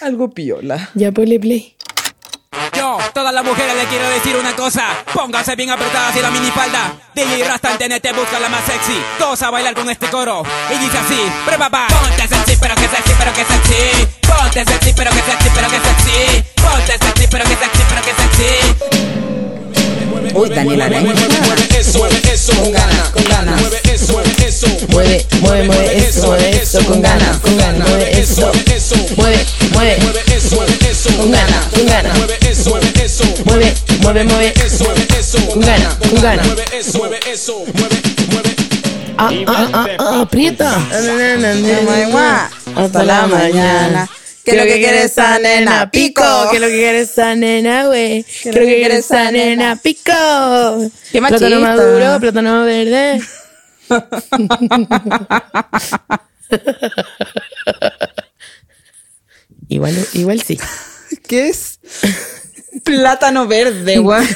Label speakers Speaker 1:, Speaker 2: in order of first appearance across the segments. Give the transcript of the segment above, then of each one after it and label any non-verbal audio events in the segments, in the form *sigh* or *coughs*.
Speaker 1: algo piola. *laughs*
Speaker 2: Ya ponle play.
Speaker 3: Yo, todas las mujeres le quiero decir una cosa. Pónganse bien apretadas y la minifalda. DJ Rasta en TNT busca la más sexy. Todos a bailar con este coro. Y dice así, pre papá. Ponte sexy, pero que sexy, pero que sexy. Ponte sexy, pero que sexy, pero que sexy. Ponte sexy, pero que sexy, pero que sexy.
Speaker 4: Uy, Daniela Arango.
Speaker 5: eso, mueve eso con ganas, con ganas. Mueve eso, mueve eso.
Speaker 4: Mueve, mueve, mueve eso, mueve eso con ganas, con ganas. Mueve eso,
Speaker 5: Mueve eso,
Speaker 4: mueve, mueve,
Speaker 5: mueve eso, mueve eso
Speaker 4: con ganas, con ganas.
Speaker 5: Mueve eso, mueve eso.
Speaker 4: Mueve, mueve, mueve
Speaker 5: Eso, mueve eso.
Speaker 4: con ganas, con ganas.
Speaker 5: Mueve eso, mueve eso. Mueve, mueve.
Speaker 2: Ah, ah, ah, ah, aprieta.
Speaker 1: Hasta la mañana.
Speaker 2: ¿Qué es lo que quiere esa nena? Pico. ¿Qué es lo que quiere esa nena, güey? ¿Qué es lo que quiere esa nena? Pico.
Speaker 1: Qué machista.
Speaker 2: Plátano maduro, plátano verde. *laughs* igual, igual sí.
Speaker 1: ¿Qué es? Plátano verde, güey.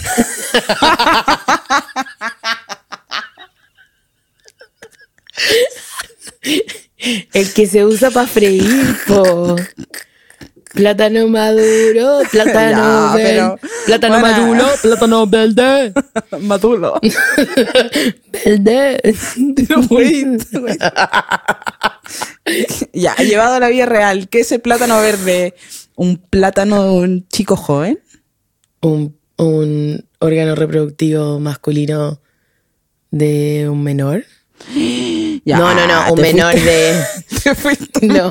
Speaker 2: El que se usa para freír, po. Plátano maduro, plátano
Speaker 1: Ya,
Speaker 2: verde.
Speaker 1: pero-
Speaker 2: Plátano
Speaker 1: Bueno.
Speaker 2: maduro, plátano *laughs* verde.
Speaker 1: Maduro.
Speaker 2: Verde.
Speaker 1: ya, llevado a la vida real, ¿qué es el plátano verde? ¿Un plátano de un chico joven? *laughs*
Speaker 2: un, un órgano reproductivo masculino de un menor.
Speaker 1: Ya,
Speaker 2: no, no, no, un
Speaker 1: te
Speaker 2: menor
Speaker 1: fuiste-
Speaker 2: de...
Speaker 1: te *laughs* fuiste.
Speaker 2: No,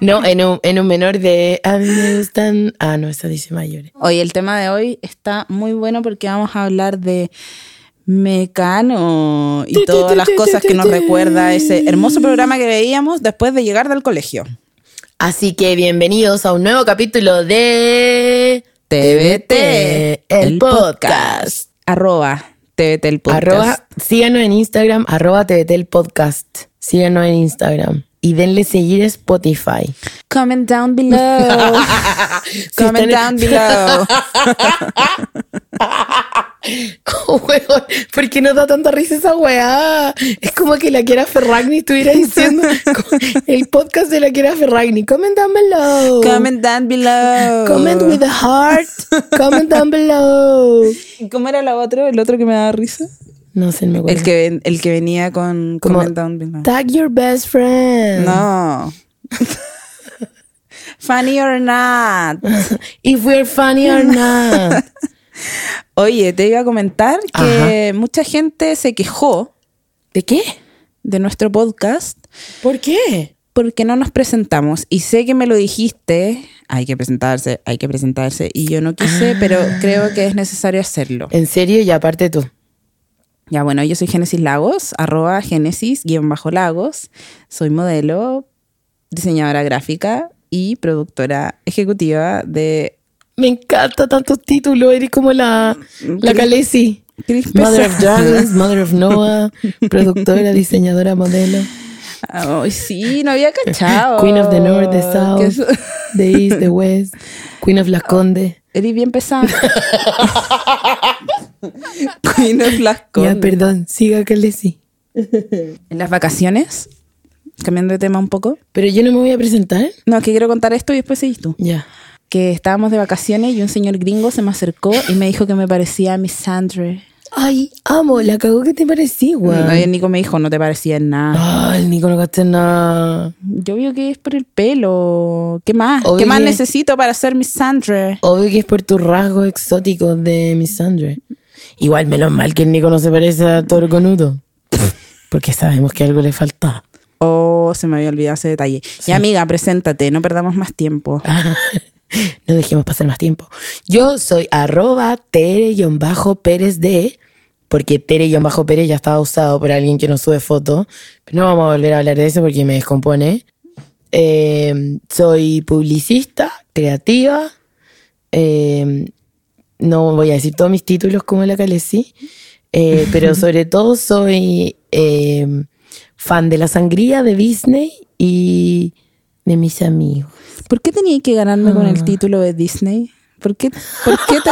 Speaker 2: no en, un, en un menor de... A mí me gustan... Ah, no, esa dice mayores.
Speaker 1: Oye, el tema de hoy está muy bueno porque vamos a hablar de Mecano y todas las cosas que nos recuerda ese hermoso programa que veíamos después de llegar del colegio.
Speaker 2: Así que bienvenidos a un nuevo capítulo de...
Speaker 1: TVT,
Speaker 2: el podcast.
Speaker 1: Arroba TVT el podcast.
Speaker 2: Arroba, síganos en Instagram, arroba TVT el podcast. Síganos en Instagram. Y denle seguir a Spotify.
Speaker 1: Comment down *laughs* below. Comment
Speaker 2: están-
Speaker 1: down *laughs* below.
Speaker 2: Huevón, Oh, ¿Por qué nos da tanta risa esa weá? Es como que la Kiera Ferragni estuviera diciendo
Speaker 1: *laughs*
Speaker 2: el podcast de la Kiera Ferragni. Comment down below.
Speaker 1: Comment down below.
Speaker 2: Comment Oh. with a heart. Comment
Speaker 1: *laughs*
Speaker 2: down below.
Speaker 1: ¿Y ¿Cómo era la otro? El otro que me daba risa.
Speaker 2: No sé, me acuerdo.
Speaker 1: El que, ven- el que venía con
Speaker 2: Como-
Speaker 1: Comment down below.
Speaker 2: Tag your best friend. *laughs*
Speaker 1: No. Funny or not.
Speaker 2: If we're funny or
Speaker 1: *laughs*
Speaker 2: not.
Speaker 1: Oye, te iba a comentar que mucha gente se quejó
Speaker 2: ¿De qué?
Speaker 1: de nuestro podcast
Speaker 2: ¿Por qué?
Speaker 1: porque no nos presentamos. Y sé que me lo dijiste, hay que presentarse, hay que presentarse. Y yo no quise, pero
Speaker 2: Ah.
Speaker 1: creo que es necesario hacerlo.
Speaker 2: En serio y aparte tú.
Speaker 1: Ya, bueno, yo soy Génesis Lagos, arroba Génesis, guión bajo Lagos. Soy modelo, diseñadora gráfica y productora ejecutiva de...
Speaker 2: Me encanta tantos títulos. Eres como la, la Khaleesi.
Speaker 1: ¿Querés
Speaker 2: Mother of
Speaker 1: empezar?
Speaker 2: Dragons, Mother of Noah, productora, diseñadora, modelo.
Speaker 1: *laughs* Ay, sí, no había cachado.
Speaker 2: Queen of the North, the South,
Speaker 1: Que eso-
Speaker 2: the East, the West, Queen of las Condes.
Speaker 1: Eres bien
Speaker 2: *laughs*
Speaker 1: pesada. Queen of las
Speaker 2: Ya,
Speaker 1: Condes.
Speaker 2: perdón, siga Khaleesi.
Speaker 1: En las vacaciones, cambiando de tema un poco.
Speaker 2: Pero yo no me voy a presentar.
Speaker 1: No, que quiero contar esto y después seguís tú.
Speaker 2: Ya.
Speaker 1: Que estábamos de vacaciones y un señor gringo se me acercó y me dijo que me parecía a Miss Sandra.
Speaker 2: Ay, amo, la cagó que te parecí,
Speaker 1: No,
Speaker 2: güey.
Speaker 1: y el Nico me dijo, no te parecía en nada.
Speaker 2: Ay, el Nico no gasté nada.
Speaker 1: Yo veo que es por el pelo. ¿Qué más?
Speaker 2: Oye.
Speaker 1: ¿Qué más necesito para ser Miss Sandra?
Speaker 2: Obvio que es por tus rasgos exóticos de Miss Andre. Igual, menos mal que el Nico no se parece a Toro Conuto. Porque sabemos que algo le faltaba.
Speaker 1: Oh, se me había olvidado ese detalle. Ya, amiga, preséntate, no perdamos más tiempo.
Speaker 2: *laughs* no dejemos pasar más tiempo. Yo soy arroba tere-pérez de, porque tere-pérez ya estaba usado por alguien que no sube foto. Pero no vamos a volver a hablar de eso porque me descompone. Eh, soy publicista, creativa. eh, no voy a decir todos mis títulos como la Calesi, eh, pero sobre todo soy eh, fan de la sangría de Disney y de mis amigos.
Speaker 1: ¿Por qué tenía que ganarme con
Speaker 2: Ah.
Speaker 1: el título de Disney? ¿Por qué, por qué
Speaker 2: *laughs*
Speaker 1: te,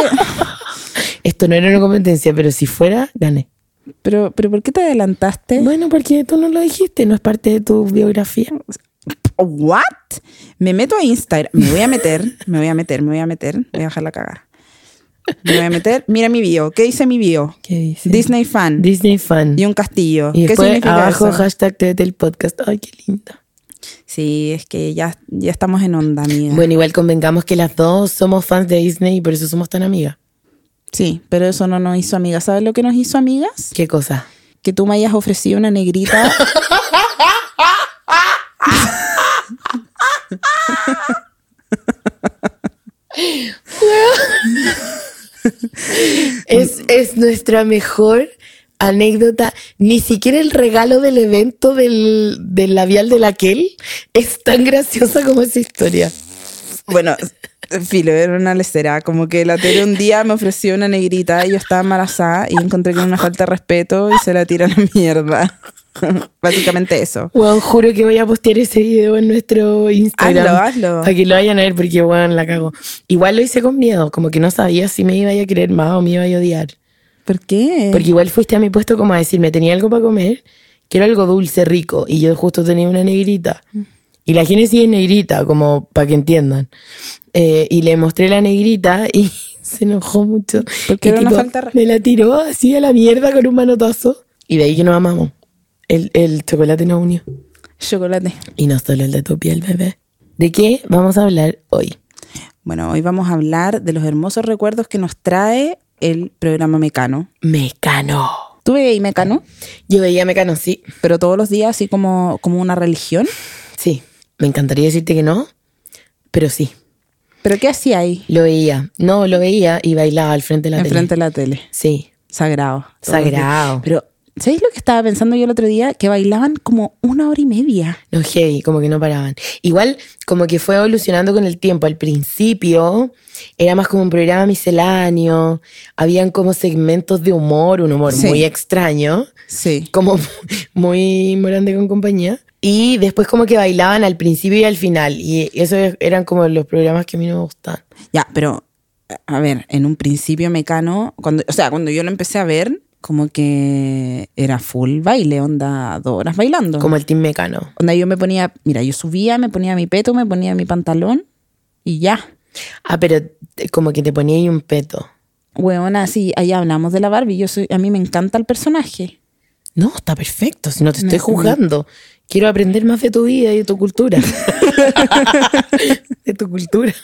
Speaker 2: Esto no era una competencia, pero si fuera, gané. ¿Eh?
Speaker 1: pero, pero ¿por qué te adelantaste?
Speaker 2: Bueno, porque tú no lo dijiste, no es parte de tu biografía.
Speaker 1: ¿What? Me meto a Instagram. Me voy a meter, me voy a meter, me voy a meter. Voy a dejar la cagada. Me voy a meter. Mira mi bio. ¿Qué dice mi bio?
Speaker 2: ¿Qué dice?
Speaker 1: Disney fan.
Speaker 2: Disney fan.
Speaker 1: y un castillo.
Speaker 2: Y
Speaker 1: ¿Qué
Speaker 2: después
Speaker 1: significa
Speaker 2: abajo
Speaker 1: eso?
Speaker 2: hashtag TVT el podcast. Ay, qué linda.
Speaker 1: Sí, es que ya, ya estamos en onda, amiga.
Speaker 2: Bueno, igual convengamos que las dos somos fans de Disney y por eso somos tan amigas.
Speaker 1: Sí, pero eso no nos hizo amigas. ¿Sabes lo que nos hizo amigas?
Speaker 2: ¿Qué cosa?
Speaker 1: Que tú me hayas ofrecido una negrita.
Speaker 2: Es, es nuestra mejor anécdota. Ni siquiera el regalo del evento del, del labial de aquel es tan graciosa como esa historia.
Speaker 1: *laughs* bueno, filo, era una lecera. Como que la tele un día me ofreció una negrita y yo estaba embarazada y encontré que era una falta de respeto y se la tira a la mierda. *laughs* Básicamente eso.
Speaker 2: Weón, juro que voy a postear ese video en nuestro Instagram.
Speaker 1: Hazlo, hazlo.
Speaker 2: Para que lo vayan a ver porque, weón, la cago. Igual lo hice con miedo, como que no sabía si me iba a querer más o me iba a odiar.
Speaker 1: ¿Por qué?
Speaker 2: Porque igual fuiste a mi puesto como a decirme, tenía algo para comer, que era algo dulce, rico, y yo justo tenía una negrita.
Speaker 1: Mm.
Speaker 2: Y la génesis es negrita, como para que entiendan. Eh, y le mostré la negrita y *laughs* se enojó mucho.
Speaker 1: Porque
Speaker 2: Y
Speaker 1: era una falta de
Speaker 2: Me la tiró así a la mierda con un manotazo. Y de ahí que nos amamos. El, el chocolate nos unió.
Speaker 1: Chocolate.
Speaker 2: Y no solo el de tu piel, bebé. ¿De qué vamos a hablar hoy?
Speaker 1: Bueno, hoy vamos a hablar de los hermosos recuerdos que nos trae el programa Mecano.
Speaker 2: Mecano.
Speaker 1: ¿Tú veías Mecano?
Speaker 2: Yo veía Mecano, sí.
Speaker 1: Pero todos los días, así como, como una religión.
Speaker 2: Sí. Me encantaría decirte que no, pero sí.
Speaker 1: ¿Pero qué hacía ahí?
Speaker 2: Lo veía. No, lo veía y bailaba al frente de la tele.
Speaker 1: Enfrente de la tele.
Speaker 2: Sí.
Speaker 1: Sagrado.
Speaker 2: Sagrado.
Speaker 1: Pero, ¿sabéis lo que estaba pensando yo el otro día? Que bailaban como una hora y media.
Speaker 2: No, heavy, como que no paraban. Igual, como que fue evolucionando con el tiempo. Al principio era más como un programa misceláneo. Habían como segmentos de humor, un humor
Speaker 1: Sí.
Speaker 2: muy extraño.
Speaker 1: Sí.
Speaker 2: como *laughs* muy morante con compañía. Y después como que bailaban al principio y al final. Y eso eran como los programas que a mí no me gustan.
Speaker 1: Ya, pero, a ver, en un principio Mecano, cuando, o sea, cuando yo lo empecé a ver, como que era full baile, onda, dos horas bailando.
Speaker 2: Como el Team Mecano.
Speaker 1: Onda, yo me ponía, mira, yo subía, me ponía mi peto, me ponía mi pantalón y ya.
Speaker 2: Ah, pero te- como que te ponía ahí un peto.
Speaker 1: Weona, sí, allá hablamos de la Barbie. Yo soy, a mí me encanta el personaje.
Speaker 2: No, está perfecto. Si no te estoy
Speaker 1: Me-
Speaker 2: juzgando. Quiero aprender más de tu vida y de tu
Speaker 1: *laughs*
Speaker 2: cultura. de tu cultura.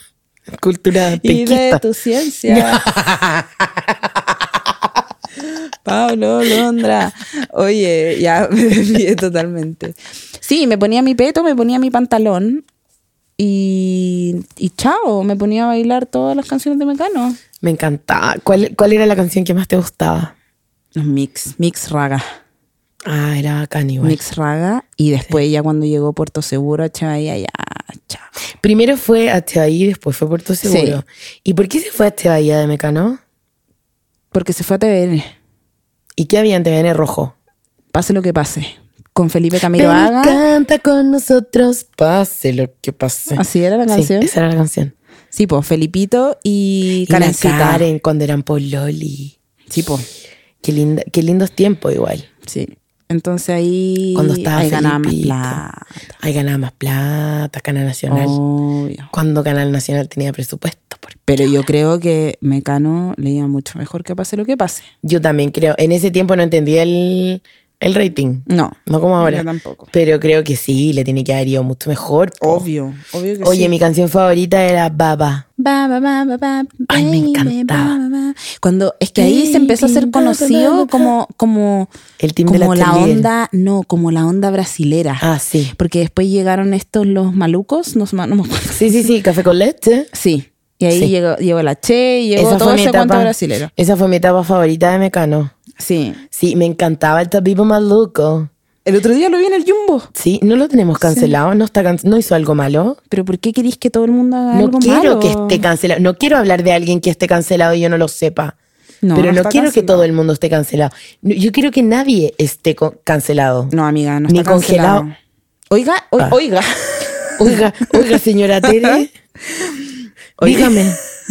Speaker 2: Cultura
Speaker 1: Y de
Speaker 2: penquista.
Speaker 1: tu *laughs* ciencia. Pablo Londra. Oye, ya *laughs* me desvié totalmente. Sí, me ponía mi peto, me ponía mi pantalón y, y chao, me ponía a bailar todas las canciones de Mecano.
Speaker 2: Me encantaba. ¿Cuál, ¿Cuál era la canción que más te gustaba?
Speaker 1: Los mix, mix raga.
Speaker 2: Ah, era bacán igual.
Speaker 1: Mix raga. Y después ya cuando llegó Puerto Seguro, Chavaya, ya, chao.
Speaker 2: Primero fue a Tebaí, después fue a Puerto Seguro. ¿Y por qué se fue a Tebaí de Mecano?
Speaker 1: Porque se fue a TVN.
Speaker 2: ¿Y qué había en TVN rojo?
Speaker 1: Pase lo que pase. Con Felipe Camilo
Speaker 2: Pero
Speaker 1: Haga.
Speaker 2: canta con nosotros, pase lo que pase.
Speaker 1: Así era la
Speaker 2: Sí,
Speaker 1: canción.
Speaker 2: esa era la canción.
Speaker 1: Sí, pues Felipito y
Speaker 2: la
Speaker 1: Karencita.
Speaker 2: Karen cuando eran Pololi.
Speaker 1: Sí, po.
Speaker 2: Qué, linda, qué lindos tiempos igual.
Speaker 1: Sí. Entonces ahí.
Speaker 2: Cuando estaba
Speaker 1: ahí ganaba más
Speaker 2: Felipito.
Speaker 1: plata.
Speaker 2: Ahí ganaba más plata, Canal Nacional.
Speaker 1: Oh. Obvio.
Speaker 2: Cuando Canal Nacional tenía presupuesto. por-
Speaker 1: Pero yo creo que Mecano leía mucho mejor que pase lo que pase.
Speaker 2: Yo también creo. En ese tiempo no entendía el, el rating.
Speaker 1: No.
Speaker 2: No como ahora.
Speaker 1: Yo tampoco.
Speaker 2: Pero creo que sí, le tiene que haber ido mucho mejor. po.
Speaker 1: Obvio. Obvio que
Speaker 2: Oh. Oye,
Speaker 1: sí.
Speaker 2: mi canción favorita era Baba.
Speaker 1: Ba, ba, ba, ba, ba,
Speaker 2: Ay, me
Speaker 1: baby,
Speaker 2: encantaba.
Speaker 1: ba, ba, ba. Cuando es que ahí se empezó a
Speaker 2: Baby,
Speaker 1: ser
Speaker 2: ba, ba, ba,
Speaker 1: conocido
Speaker 2: ba.
Speaker 1: como como
Speaker 2: El team de
Speaker 1: como
Speaker 2: la
Speaker 1: la
Speaker 2: Chelier.
Speaker 1: onda, no, como la onda brasilera.
Speaker 2: Ah, sí.
Speaker 1: Porque después llegaron estos los malucos, no, sé- no me acuerdo.
Speaker 2: Sí,
Speaker 1: *laughs*
Speaker 2: sí, sí, Café con leche.
Speaker 1: Sí. Y ahí
Speaker 2: Sí.
Speaker 1: llegó, llegó la Che, llegó todo ese cuento brasilero.
Speaker 2: Esa fue mi etapa favorita de Mecano.
Speaker 1: Sí.
Speaker 2: Sí, me encantaba el Tapipo Maluco.
Speaker 1: El otro día lo vi en el Jumbo.
Speaker 2: Sí, no lo tenemos cancelado, no está canc- no hizo algo malo.
Speaker 1: Pero ¿por qué querís que todo el mundo haga
Speaker 2: No
Speaker 1: algo
Speaker 2: quiero
Speaker 1: malo?
Speaker 2: que esté cancelado, no quiero hablar de alguien que esté cancelado y yo no lo sepa.
Speaker 1: No,
Speaker 2: Pero
Speaker 1: no
Speaker 2: no
Speaker 1: está
Speaker 2: quiero que
Speaker 1: cancelado.
Speaker 2: todo el mundo esté cancelado. No, Yo quiero que nadie esté co- cancelado.
Speaker 1: No, amiga, no
Speaker 2: Ni
Speaker 1: está cancelado.
Speaker 2: congelado.
Speaker 1: Oiga, oi-
Speaker 2: Ah.
Speaker 1: oiga. *laughs*
Speaker 2: Oiga, oiga, señora Tere. dígame,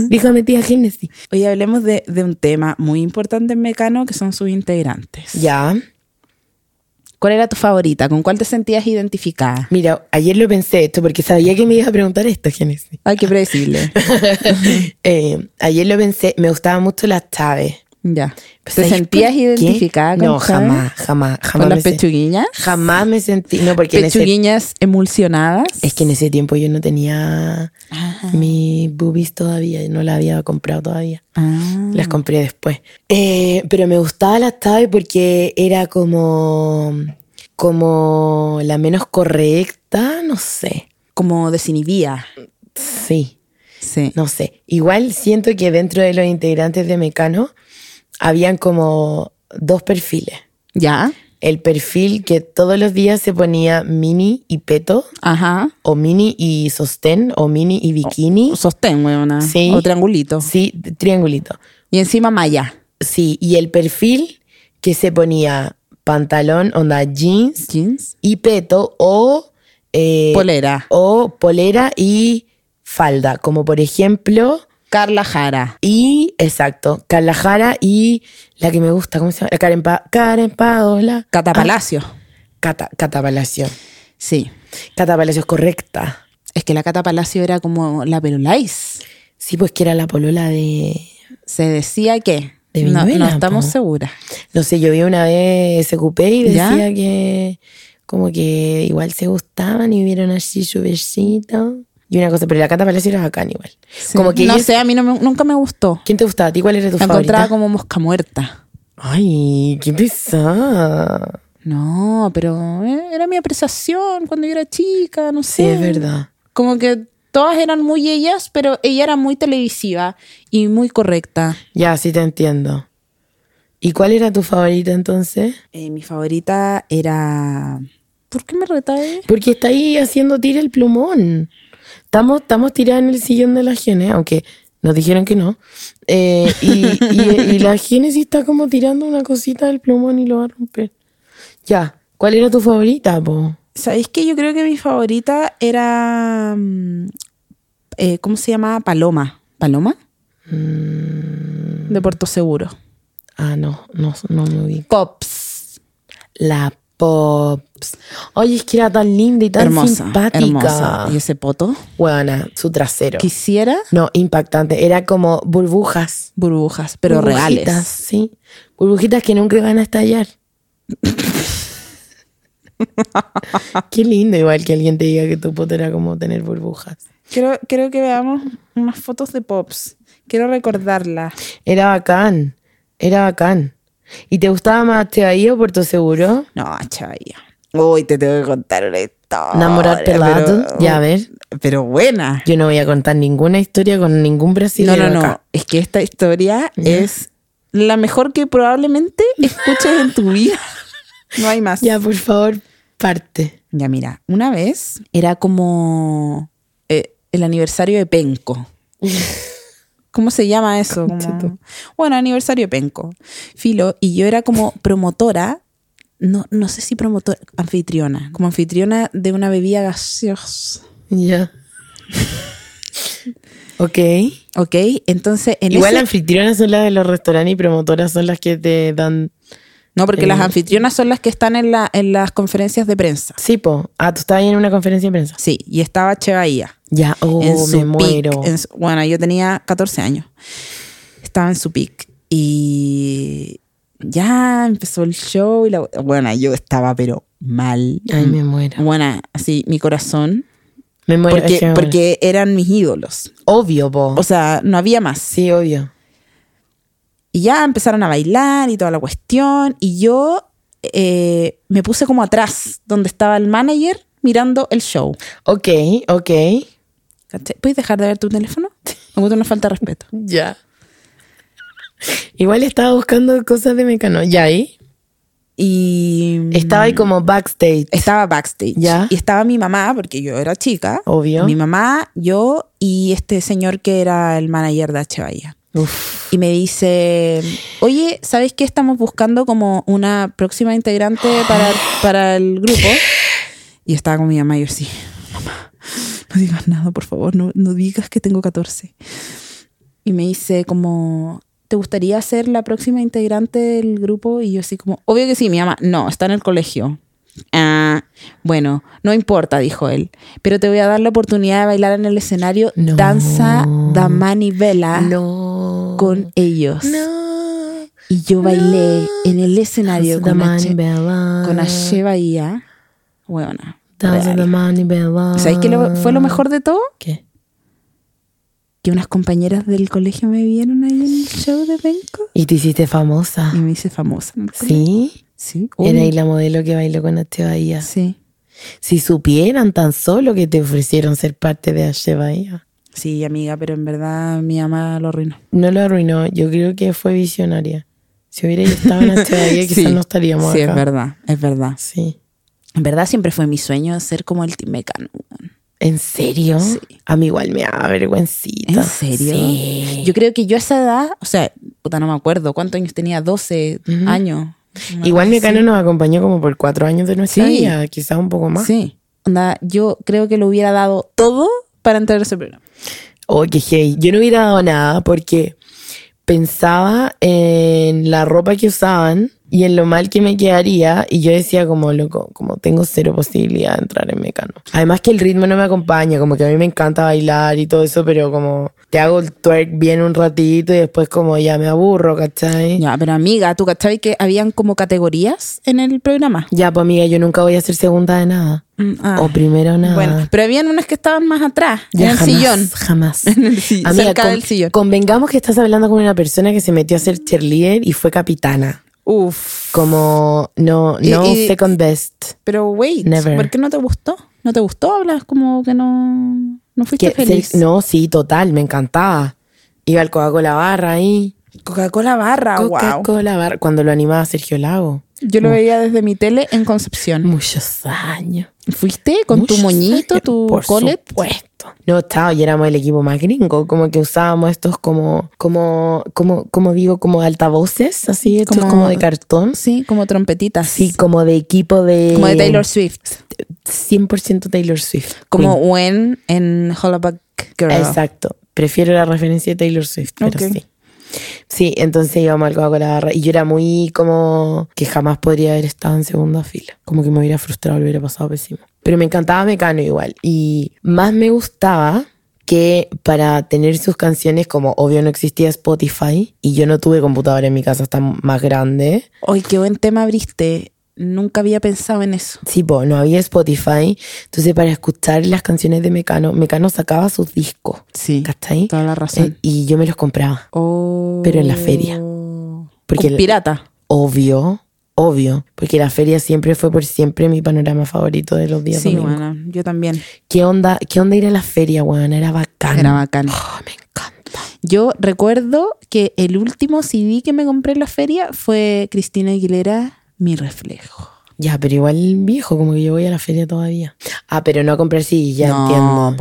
Speaker 2: dígame, tía Génesis.
Speaker 1: Hoy hablemos de, de un tema muy importante en Mecano que son sus integrantes.
Speaker 2: Ya.
Speaker 1: ¿Cuál era tu favorita? ¿Con cuál te sentías identificada?
Speaker 2: Mira, ayer lo pensé esto porque sabía que me ibas a preguntar esto, Genesis.
Speaker 1: Ay, qué
Speaker 2: *laughs*
Speaker 1: predecible.
Speaker 2: Eh, ayer lo pensé, me gustaban mucho las chaves.
Speaker 1: ya.
Speaker 2: Pues,
Speaker 1: ¿Te
Speaker 2: ¿sabes
Speaker 1: sentías
Speaker 2: por qué?
Speaker 1: identificada con
Speaker 2: No,
Speaker 1: Chávez?
Speaker 2: jamás, jamás, jamás.
Speaker 1: ¿Con las
Speaker 2: me sen-
Speaker 1: pechuguiñas?
Speaker 2: Jamás me sentí. No, porque en ese-
Speaker 1: ¿Pechuguiñas emulsionadas? Ah.
Speaker 2: es que en ese tiempo yo no tenía mis boobies todavía, no las había comprado todavía.
Speaker 1: Ah.
Speaker 2: Las compré después. Eh, pero me gustaba la Tabe porque era como, como la menos correcta, no sé.
Speaker 1: Como desinhibía.
Speaker 2: Sí,
Speaker 1: Sí.
Speaker 2: no sé. Igual siento que dentro de los integrantes de Mecano habían como dos perfiles.
Speaker 1: ¿Ya?
Speaker 2: El perfil que todos los días se ponía mini y peto,
Speaker 1: Ajá.
Speaker 2: o mini y sostén, o mini y bikini.
Speaker 1: Sostén, weona.
Speaker 2: Sí.
Speaker 1: O triangulito.
Speaker 2: Sí, triangulito.
Speaker 1: Y encima malla.
Speaker 2: Sí, y el perfil que se ponía pantalón, onda jeans
Speaker 1: Jeans.
Speaker 2: y peto o... eh,
Speaker 1: Polera.
Speaker 2: O polera y falda, como por ejemplo...
Speaker 1: Carla Jara.
Speaker 2: Y, exacto, Carla Jara y la que me gusta, ¿cómo se llama? La Karen, Pa- Karen Paola.
Speaker 1: Catapalacio.
Speaker 2: Ah, Cata, Cata Palacio.
Speaker 1: Sí.
Speaker 2: Cata Palacio es correcta.
Speaker 1: Es que la Cata Palacio era como la Perulais.
Speaker 2: Sí, pues que era la polola de...
Speaker 1: Se decía que.
Speaker 2: De
Speaker 1: no, no
Speaker 2: Viñuela,
Speaker 1: estamos
Speaker 2: po.
Speaker 1: seguras.
Speaker 2: No sé, yo vi una vez ese cupé y
Speaker 1: ¿Ya?
Speaker 2: decía que como que igual se gustaban y vieron allí su besito. Y una cosa, pero la Cata Palacio era bacán igual. Como que
Speaker 1: no
Speaker 2: ellos-
Speaker 1: sé, a mí no me- nunca me gustó.
Speaker 2: ¿Quién te gustaba? ¿A ti cuál era tu
Speaker 1: La
Speaker 2: favorita?
Speaker 1: encontraba como mosca muerta.
Speaker 2: Ay, qué pesada.
Speaker 1: No, pero eh, era mi apreciación cuando yo era chica, no sé.
Speaker 2: Sí, es verdad.
Speaker 1: Como que todas eran muy ellas, pero ella era muy televisiva y muy correcta.
Speaker 2: Ya, sí te entiendo. ¿Y cuál era tu favorita entonces?
Speaker 1: Eh, mi favorita era... ¿Por qué me retáis?
Speaker 2: Porque está ahí haciendo tira el plumón. Estamos, estamos tiradas en el sillón de la Gene, aunque nos dijeron que no. Eh, y, y- y la Gene sí está como tirando una cosita del plumón y lo va a romper. Ya, ¿cuál era tu favorita, po?
Speaker 1: ¿Sabéis que yo creo que mi favorita era... mm, eh, ¿Cómo se llamaba? Paloma. ¿Paloma? De Puerto Seguro.
Speaker 2: Ah, no, no, no me ubico.
Speaker 1: Pops.
Speaker 2: La Pops. Oye, es que era tan linda y tan
Speaker 1: hermosa.
Speaker 2: simpática.
Speaker 1: Hermosa. Y ese poto.
Speaker 2: Buena, su trasero.
Speaker 1: Quisiera
Speaker 2: No, impactante. Era como burbujas.
Speaker 1: burbujas, pero
Speaker 2: Burbujitas,
Speaker 1: reales.
Speaker 2: Sí. Burbujitas que nunca van
Speaker 1: *laughs*
Speaker 2: a estallar. Qué lindo igual que alguien te diga que tu poto era como tener burbujas.
Speaker 1: Creo, creo que veamos unas fotos de Pops. Quiero recordarla.
Speaker 2: Era bacán. Era bacán. ¿Y te gustaba más Te Bahía o Puerto Seguro?
Speaker 1: No, chavilla. Uy, te tengo que contar una historia.
Speaker 2: Namorar pelado.
Speaker 1: pero-
Speaker 2: Ya, a ver.
Speaker 1: Pero buena.
Speaker 2: Yo no voy a contar ninguna historia con ningún
Speaker 1: No,
Speaker 2: brasileño
Speaker 1: no, no.
Speaker 2: acá.
Speaker 1: Es que esta historia es la mejor que probablemente escuches en tu
Speaker 2: *laughs*
Speaker 1: vida. No hay más.
Speaker 2: Ya, por favor, parte.
Speaker 1: Ya, mira, una vez era como eh, el aniversario de Penco. *laughs* ¿Cómo se llama eso? Como- Bueno, aniversario de Penco. Filo, y yo era como promotora, no, no sé si promotora, anfitriona, como anfitriona de una bebida gaseosa. *laughs*
Speaker 2: Ya. ok.
Speaker 1: ¿Ok? Entonces, en
Speaker 2: Igual
Speaker 1: ese-
Speaker 2: anfitrionas son las de los restaurantes y promotoras son las que te dan.
Speaker 1: No, porque
Speaker 2: eh,
Speaker 1: las anfitrionas son las que están en, la, en las conferencias de prensa.
Speaker 2: Sí, po. Ah, tú estabas ahí en una conferencia de prensa.
Speaker 1: Sí, y estaba Che Bahía.
Speaker 2: Ya, oh,
Speaker 1: en su
Speaker 2: me
Speaker 1: peak,
Speaker 2: muero.
Speaker 1: en su- bueno, yo tenía 14 años. Estaba en su pick. Y ya empezó el show. Y la, bueno, yo estaba, pero mal.
Speaker 2: Ay, me muero.
Speaker 1: Bueno, así, mi corazón.
Speaker 2: Me muero.
Speaker 1: Porque,
Speaker 2: es que me muero.
Speaker 1: porque eran mis ídolos.
Speaker 2: Obvio, po.
Speaker 1: O sea, no había más.
Speaker 2: sí, obvio.
Speaker 1: Y ya empezaron a bailar y toda la cuestión. Y yo eh, me puse como atrás, donde estaba el manager mirando el show.
Speaker 2: Ok, ok.
Speaker 1: ¿Cachai? ¿Puedes dejar de ver tu teléfono? Me gusta una falta de respeto.
Speaker 2: Ya. Igual estaba buscando cosas de Mecano. Ya ahí.
Speaker 1: Y.
Speaker 2: Estaba ahí como backstage.
Speaker 1: Estaba backstage.
Speaker 2: Ya.
Speaker 1: Y estaba mi mamá, porque yo era chica.
Speaker 2: Obvio.
Speaker 1: Mi mamá, yo y este señor que era el manager de H. Bahía.
Speaker 2: Uf.
Speaker 1: Y me dice, oye, ¿sabes qué? Estamos buscando como una próxima integrante para, para el grupo. Y estaba con mi mamá y yo sí, mamá, no digas nada, por favor, no, no digas que tengo 14. Y me dice como, ¿te gustaría ser la próxima integrante del grupo? Y yo así como, obvio que sí, mi mamá, no, está en el colegio. Ah, bueno, no importa, dijo él, pero te voy a dar la oportunidad de bailar en el escenario
Speaker 2: No.
Speaker 1: Danza Damani Vela
Speaker 2: No.
Speaker 1: Ah. con ellos.
Speaker 2: No.
Speaker 1: Y yo bailé en el escenario
Speaker 2: Danza
Speaker 1: con,
Speaker 2: Damani
Speaker 1: Ache-
Speaker 2: Vela.
Speaker 1: con Ache Bahía. Buena.
Speaker 2: Danza de Mani Bella.
Speaker 1: ¿Sabéis qué lo- fue lo mejor de todo?
Speaker 2: ¿Qué?
Speaker 1: Que unas compañeras del colegio me vieron ahí en el show de Benco
Speaker 2: Y te hiciste famosa.
Speaker 1: y me hice famosa. en el colegio.
Speaker 2: ¿Sí?
Speaker 1: Sí.
Speaker 2: Era ahí
Speaker 1: obvio.
Speaker 2: la modelo que bailó con Ache Bahía.
Speaker 1: Sí.
Speaker 2: Si supieran tan solo que te ofrecieron ser parte de Ache Bahía.
Speaker 1: Sí, amiga, pero en verdad mi mamá lo arruinó.
Speaker 2: No lo arruinó. Yo creo que fue visionaria. Si hubiera yo estado en
Speaker 1: *laughs*
Speaker 2: Ache Bahía, quizás
Speaker 1: Sí.
Speaker 2: no estaríamos
Speaker 1: Sí,
Speaker 2: acá.
Speaker 1: es verdad, es verdad.
Speaker 2: Sí.
Speaker 1: En verdad siempre fue mi sueño ser como el Timecano. weón.
Speaker 2: ¿En serio? A mí igual me da vergüencita.
Speaker 1: ¿En serio?
Speaker 2: Sí.
Speaker 1: Yo creo que yo a esa edad, o sea, puta, no me acuerdo cuántos años tenía, 12 años.
Speaker 2: Igual Mecano nos acompañó como por cuatro años de nuestra
Speaker 1: Sí.
Speaker 2: vida, quizás un poco más.
Speaker 1: Sí. Onda, yo creo que lo hubiera dado todo para entrar a ese programa.
Speaker 2: Oye, hey, Oh, yo no hubiera dado nada porque pensaba en la ropa que usaban y en lo mal que me quedaría y yo decía como loco, como tengo cero posibilidad de entrar en Mecano. Además que el ritmo no me acompaña, como que a mí me encanta bailar y todo eso, pero como te hago el twerk bien un ratito y después como ya me aburro, ¿cachai?
Speaker 1: Ya, pero amiga, ¿tú cachabas que habían como categorías en el programa?
Speaker 2: Ya, pues amiga, yo nunca voy a ser segunda de nada.
Speaker 1: Mm, ah.
Speaker 2: O primero nada.
Speaker 1: Bueno, pero habían unas que estaban más atrás, en el
Speaker 2: jamás,
Speaker 1: sillón.
Speaker 2: Jamás.
Speaker 1: *laughs* En el si- cerca del sillón.
Speaker 2: Convengamos que estás hablando con una persona que se metió a ser cheerleader y fue capitana.
Speaker 1: Uf.
Speaker 2: Como no, no
Speaker 1: Y- y-
Speaker 2: second best.
Speaker 1: Pero wait,
Speaker 2: Never.
Speaker 1: ¿por qué no te gustó? ¿No te gustó? Hablas como que no, no fuiste
Speaker 2: Que
Speaker 1: feliz.
Speaker 2: ser- no, sí, total, me encantaba. Iba al Coca-Cola barra ahí.
Speaker 1: Coca-Cola barra, Ah, wow.
Speaker 2: Coca-Cola barra. Cuando lo animaba Sergio Lago.
Speaker 1: Yo lo veía desde mi tele en Concepción.
Speaker 2: Muchos años.
Speaker 1: ¿Fuiste con tu
Speaker 2: Muchos
Speaker 1: moñito,
Speaker 2: años,
Speaker 1: tu
Speaker 2: por
Speaker 1: colet?
Speaker 2: supuesto. No, chao, y éramos el equipo más gringo, como que usábamos estos como, como, como, como digo, como altavoces, así, estos
Speaker 1: Como-
Speaker 2: como, de cartón.
Speaker 1: Sí, como trompetitas.
Speaker 2: Sí, eh, como de equipo de...
Speaker 1: como de Taylor Swift.
Speaker 2: 100% Taylor Swift.
Speaker 1: Como Gwen en Hollaback Girl.
Speaker 2: Queen. Exacto. Prefiero la referencia de Taylor Swift, pero
Speaker 1: Ok.
Speaker 2: sí. Sí, entonces íbamos al Coca-Cola barra y yo era muy como que jamás podría haber estado en segunda fila. Como que me hubiera frustrado, lo hubiera pasado pésimo. Pero me encantaba Mecano igual. Y más me gustaba que para tener sus canciones, como obvio no existía Spotify y yo no tuve computadora en mi casa hasta más grande,
Speaker 1: Ay, qué buen tema abriste. Nunca había pensado en eso.
Speaker 2: Sí, po, no había Spotify. Entonces, para escuchar las canciones de Mecano, Mecano sacaba sus discos.
Speaker 1: Sí,
Speaker 2: ¿Cachai?
Speaker 1: toda la razón.
Speaker 2: Eh, y yo me los compraba.
Speaker 1: Oh.
Speaker 2: Pero en la feria. Porque
Speaker 1: Con
Speaker 2: el-
Speaker 1: pirata.
Speaker 2: Obvio, obvio. Porque la feria siempre fue por siempre mi panorama favorito de los días
Speaker 1: Sí,
Speaker 2: domingos.
Speaker 1: bueno, yo también.
Speaker 2: ¿Qué onda, ¿Qué onda ir a la feria, weón? Era bacán.
Speaker 1: Era bacán.
Speaker 2: Oh, me encanta.
Speaker 1: Yo recuerdo que el último CD que me compré en la feria fue Cristina Aguilera, Mi Reflejo.
Speaker 2: Ya, pero igual viejo, como que yo voy a la feria todavía. Ah, pero no a comprar sí, ya
Speaker 1: No,
Speaker 2: entiendo.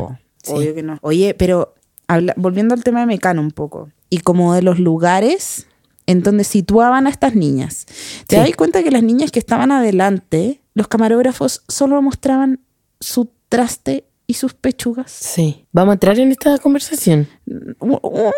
Speaker 1: po. Obvio que no. Oye, pero habla- volviendo al tema de Mecano un poco, y como de los lugares en donde situaban a estas niñas. Te
Speaker 2: Sí.
Speaker 1: das cuenta que las niñas que estaban adelante, los camarógrafos solo mostraban su traste y sus pechugas. Mm,
Speaker 2: Sí. ¿Vamos a entrar en esta conversación?
Speaker 1: U- u-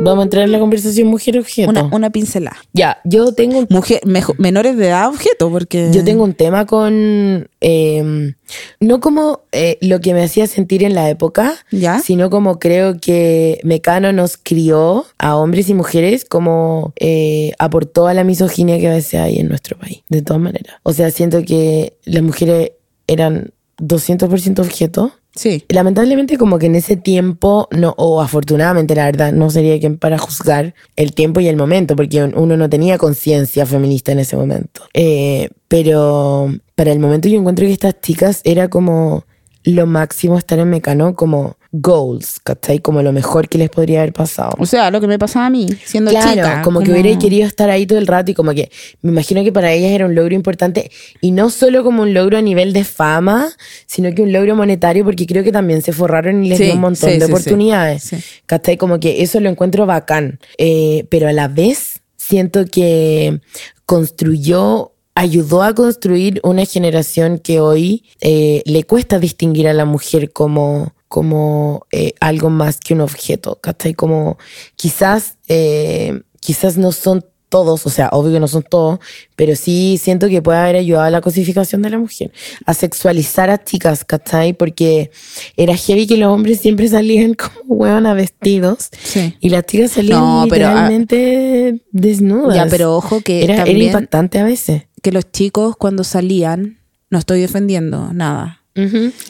Speaker 2: ¿Vamos a entrar en la conversación mujer-objeto?
Speaker 1: Una, una pincelada.
Speaker 2: Ya, yo tengo un
Speaker 1: Mujer, mejo- menores de edad objeto, porque...
Speaker 2: Yo tengo un tema con. eh, no como eh, lo que me hacía sentir en la época,
Speaker 1: ¿Ya?
Speaker 2: sino como creo que Mecano nos crió a hombres y mujeres, como eh, aportó a la misoginia que a veces hay en nuestro país, de todas maneras. O sea, siento que las mujeres eran 200% objeto.
Speaker 1: Sí.
Speaker 2: Lamentablemente como que en ese tiempo, no, o afortunadamente la verdad, no sería quien para juzgar el tiempo y el momento, porque uno no tenía conciencia feminista en ese momento. Eh, pero para el momento yo encuentro que estas chicas era como lo máximo estar en Mecano, como goals, ¿cachai? Como lo mejor que les podría haber pasado.
Speaker 1: O sea, lo que me pasaba a mí, siendo
Speaker 2: Claro,
Speaker 1: chica.
Speaker 2: como, que hubiera querido estar ahí todo el rato y como que me imagino que para ellas era un logro importante y no solo como un logro a nivel de fama, sino que un logro monetario porque creo que también se forraron y les
Speaker 1: Sí,
Speaker 2: dio un montón
Speaker 1: sí,
Speaker 2: de
Speaker 1: sí,
Speaker 2: oportunidades.
Speaker 1: sí, sí.
Speaker 2: ¿Cachai? Como que eso lo encuentro bacán, Eh, pero a la vez siento que construyó... Ayudó a construir una generación que hoy eh, le cuesta distinguir a la mujer como, como eh, algo más que un objeto, ¿cachai? Como quizás, eh, quizás no son todos, o sea, obvio que no son todos, pero sí siento que puede haber ayudado a la cosificación de la mujer, a sexualizar a chicas, ¿cachai? Porque era heavy que los hombres siempre salían *laughs* como huevan a vestidos
Speaker 1: Sí.
Speaker 2: y las chicas salían
Speaker 1: No, pero, ah,
Speaker 2: literalmente desnudas.
Speaker 1: Ya, pero ojo que
Speaker 2: era, era
Speaker 1: también-
Speaker 2: impactante a veces.
Speaker 1: Que los chicos cuando salían, no estoy defendiendo nada,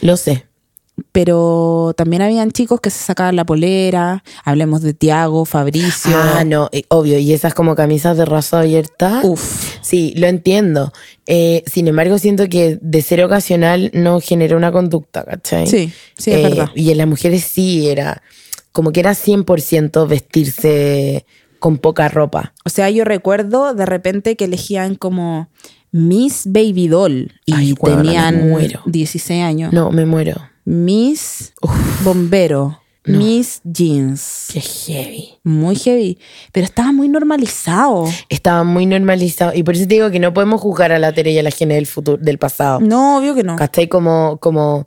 Speaker 2: Lo sé.
Speaker 1: pero también habían chicos que se sacaban la polera, hablemos de Tiago, Fabricio.
Speaker 2: Ah, no, eh, obvio, y esas como camisas de raso abierta.
Speaker 1: Uf.
Speaker 2: Sí, lo entiendo. Eh, sin embargo, siento que de ser ocasional no genera una conducta, ¿cachai?
Speaker 1: Sí, sí, es
Speaker 2: Eh,
Speaker 1: verdad.
Speaker 2: Y en las mujeres sí era, como que era 100% vestirse con poca ropa.
Speaker 1: O sea, yo recuerdo de repente que elegían como Miss Baby Doll y
Speaker 2: Ay, huevona, me
Speaker 1: tenían
Speaker 2: muero.
Speaker 1: 16 años.
Speaker 2: No, me muero.
Speaker 1: Miss Bombero, Miss Jeans.
Speaker 2: Qué heavy.
Speaker 1: Muy heavy, pero estaba muy normalizado.
Speaker 2: Estaba muy normalizado. Y por eso te digo que no podemos juzgar a la Tere y a la gente del futuro, del pasado.
Speaker 1: No, obvio que no.
Speaker 2: ¿Cachai? Como, como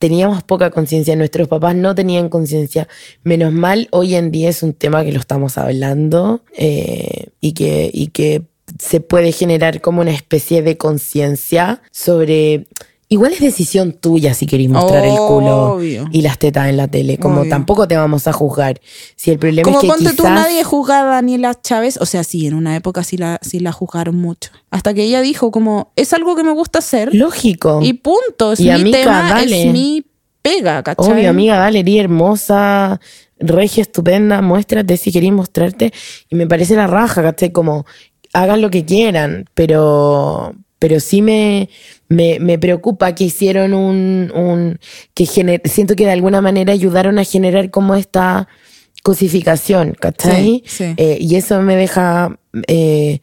Speaker 2: teníamos poca conciencia, nuestros papás no tenían conciencia. Menos mal, hoy en día es un tema que lo estamos hablando eh, y, que, y que se puede generar como una especie de conciencia sobre... Igual es decisión tuya si queréis mostrar el
Speaker 1: Obvio.
Speaker 2: culo y las tetas en la tele, como
Speaker 1: Obvio.
Speaker 2: tampoco te vamos a juzgar. Si el problema
Speaker 1: Como
Speaker 2: es que
Speaker 1: ponte tú,
Speaker 2: quizás-
Speaker 1: nadie juzgaba a Daniela Chávez. O sea, sí, en una época sí la, sí la juzgaron mucho. Hasta que ella dijo como, es algo que me gusta hacer.
Speaker 2: Lógico.
Speaker 1: Y punto, es
Speaker 2: Y,
Speaker 1: mi
Speaker 2: amiga,
Speaker 1: tema,
Speaker 2: dale.
Speaker 1: es mi pega, ¿cachai?
Speaker 2: Obvio, amiga, Valeria, hermosa, regia, estupenda, muéstrate si queréis mostrarte. Y me parece la raja, ¿cachai? Como, hagan lo que quieran, pero, pero sí me, me, me preocupa que hicieron un, un que gener- siento que de alguna manera ayudaron a generar como esta cosificación, ¿cachai?
Speaker 1: Sí, sí.
Speaker 2: Eh, y eso me deja, eh,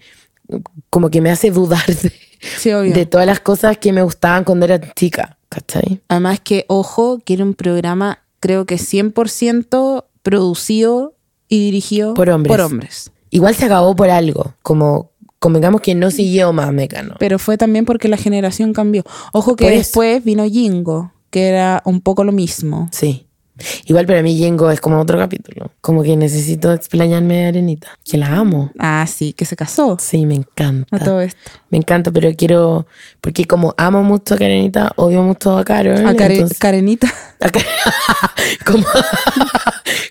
Speaker 2: como que me hace dudar de,
Speaker 1: Sí, obvio.
Speaker 2: de todas las cosas que me gustaban cuando era chica, ¿cachai?
Speaker 1: Además que, ojo, que era un programa, creo que 100% producido y dirigido
Speaker 2: Por hombres.
Speaker 1: hombres.
Speaker 2: Igual se acabó por algo, como convengamos que no siguió más Mecano.
Speaker 1: Pero fue también porque la generación cambió. Ojo que
Speaker 2: Por eso.
Speaker 1: después vino Jingo, que era un poco lo mismo.
Speaker 2: Sí. Igual para mí Yengo es como otro capítulo. Como que necesito explayarme de Arenita. Que la amo.
Speaker 1: Ah, sí, que se casó
Speaker 2: Sí,
Speaker 1: a
Speaker 2: me
Speaker 1: todo
Speaker 2: encanta.
Speaker 1: esto.
Speaker 2: Me encanta, pero quiero... Porque como amo mucho a Karenita, odio mucho a Carol.
Speaker 1: A Care-
Speaker 2: entonces- *laughs*
Speaker 1: Karenita.
Speaker 2: a Karen- como,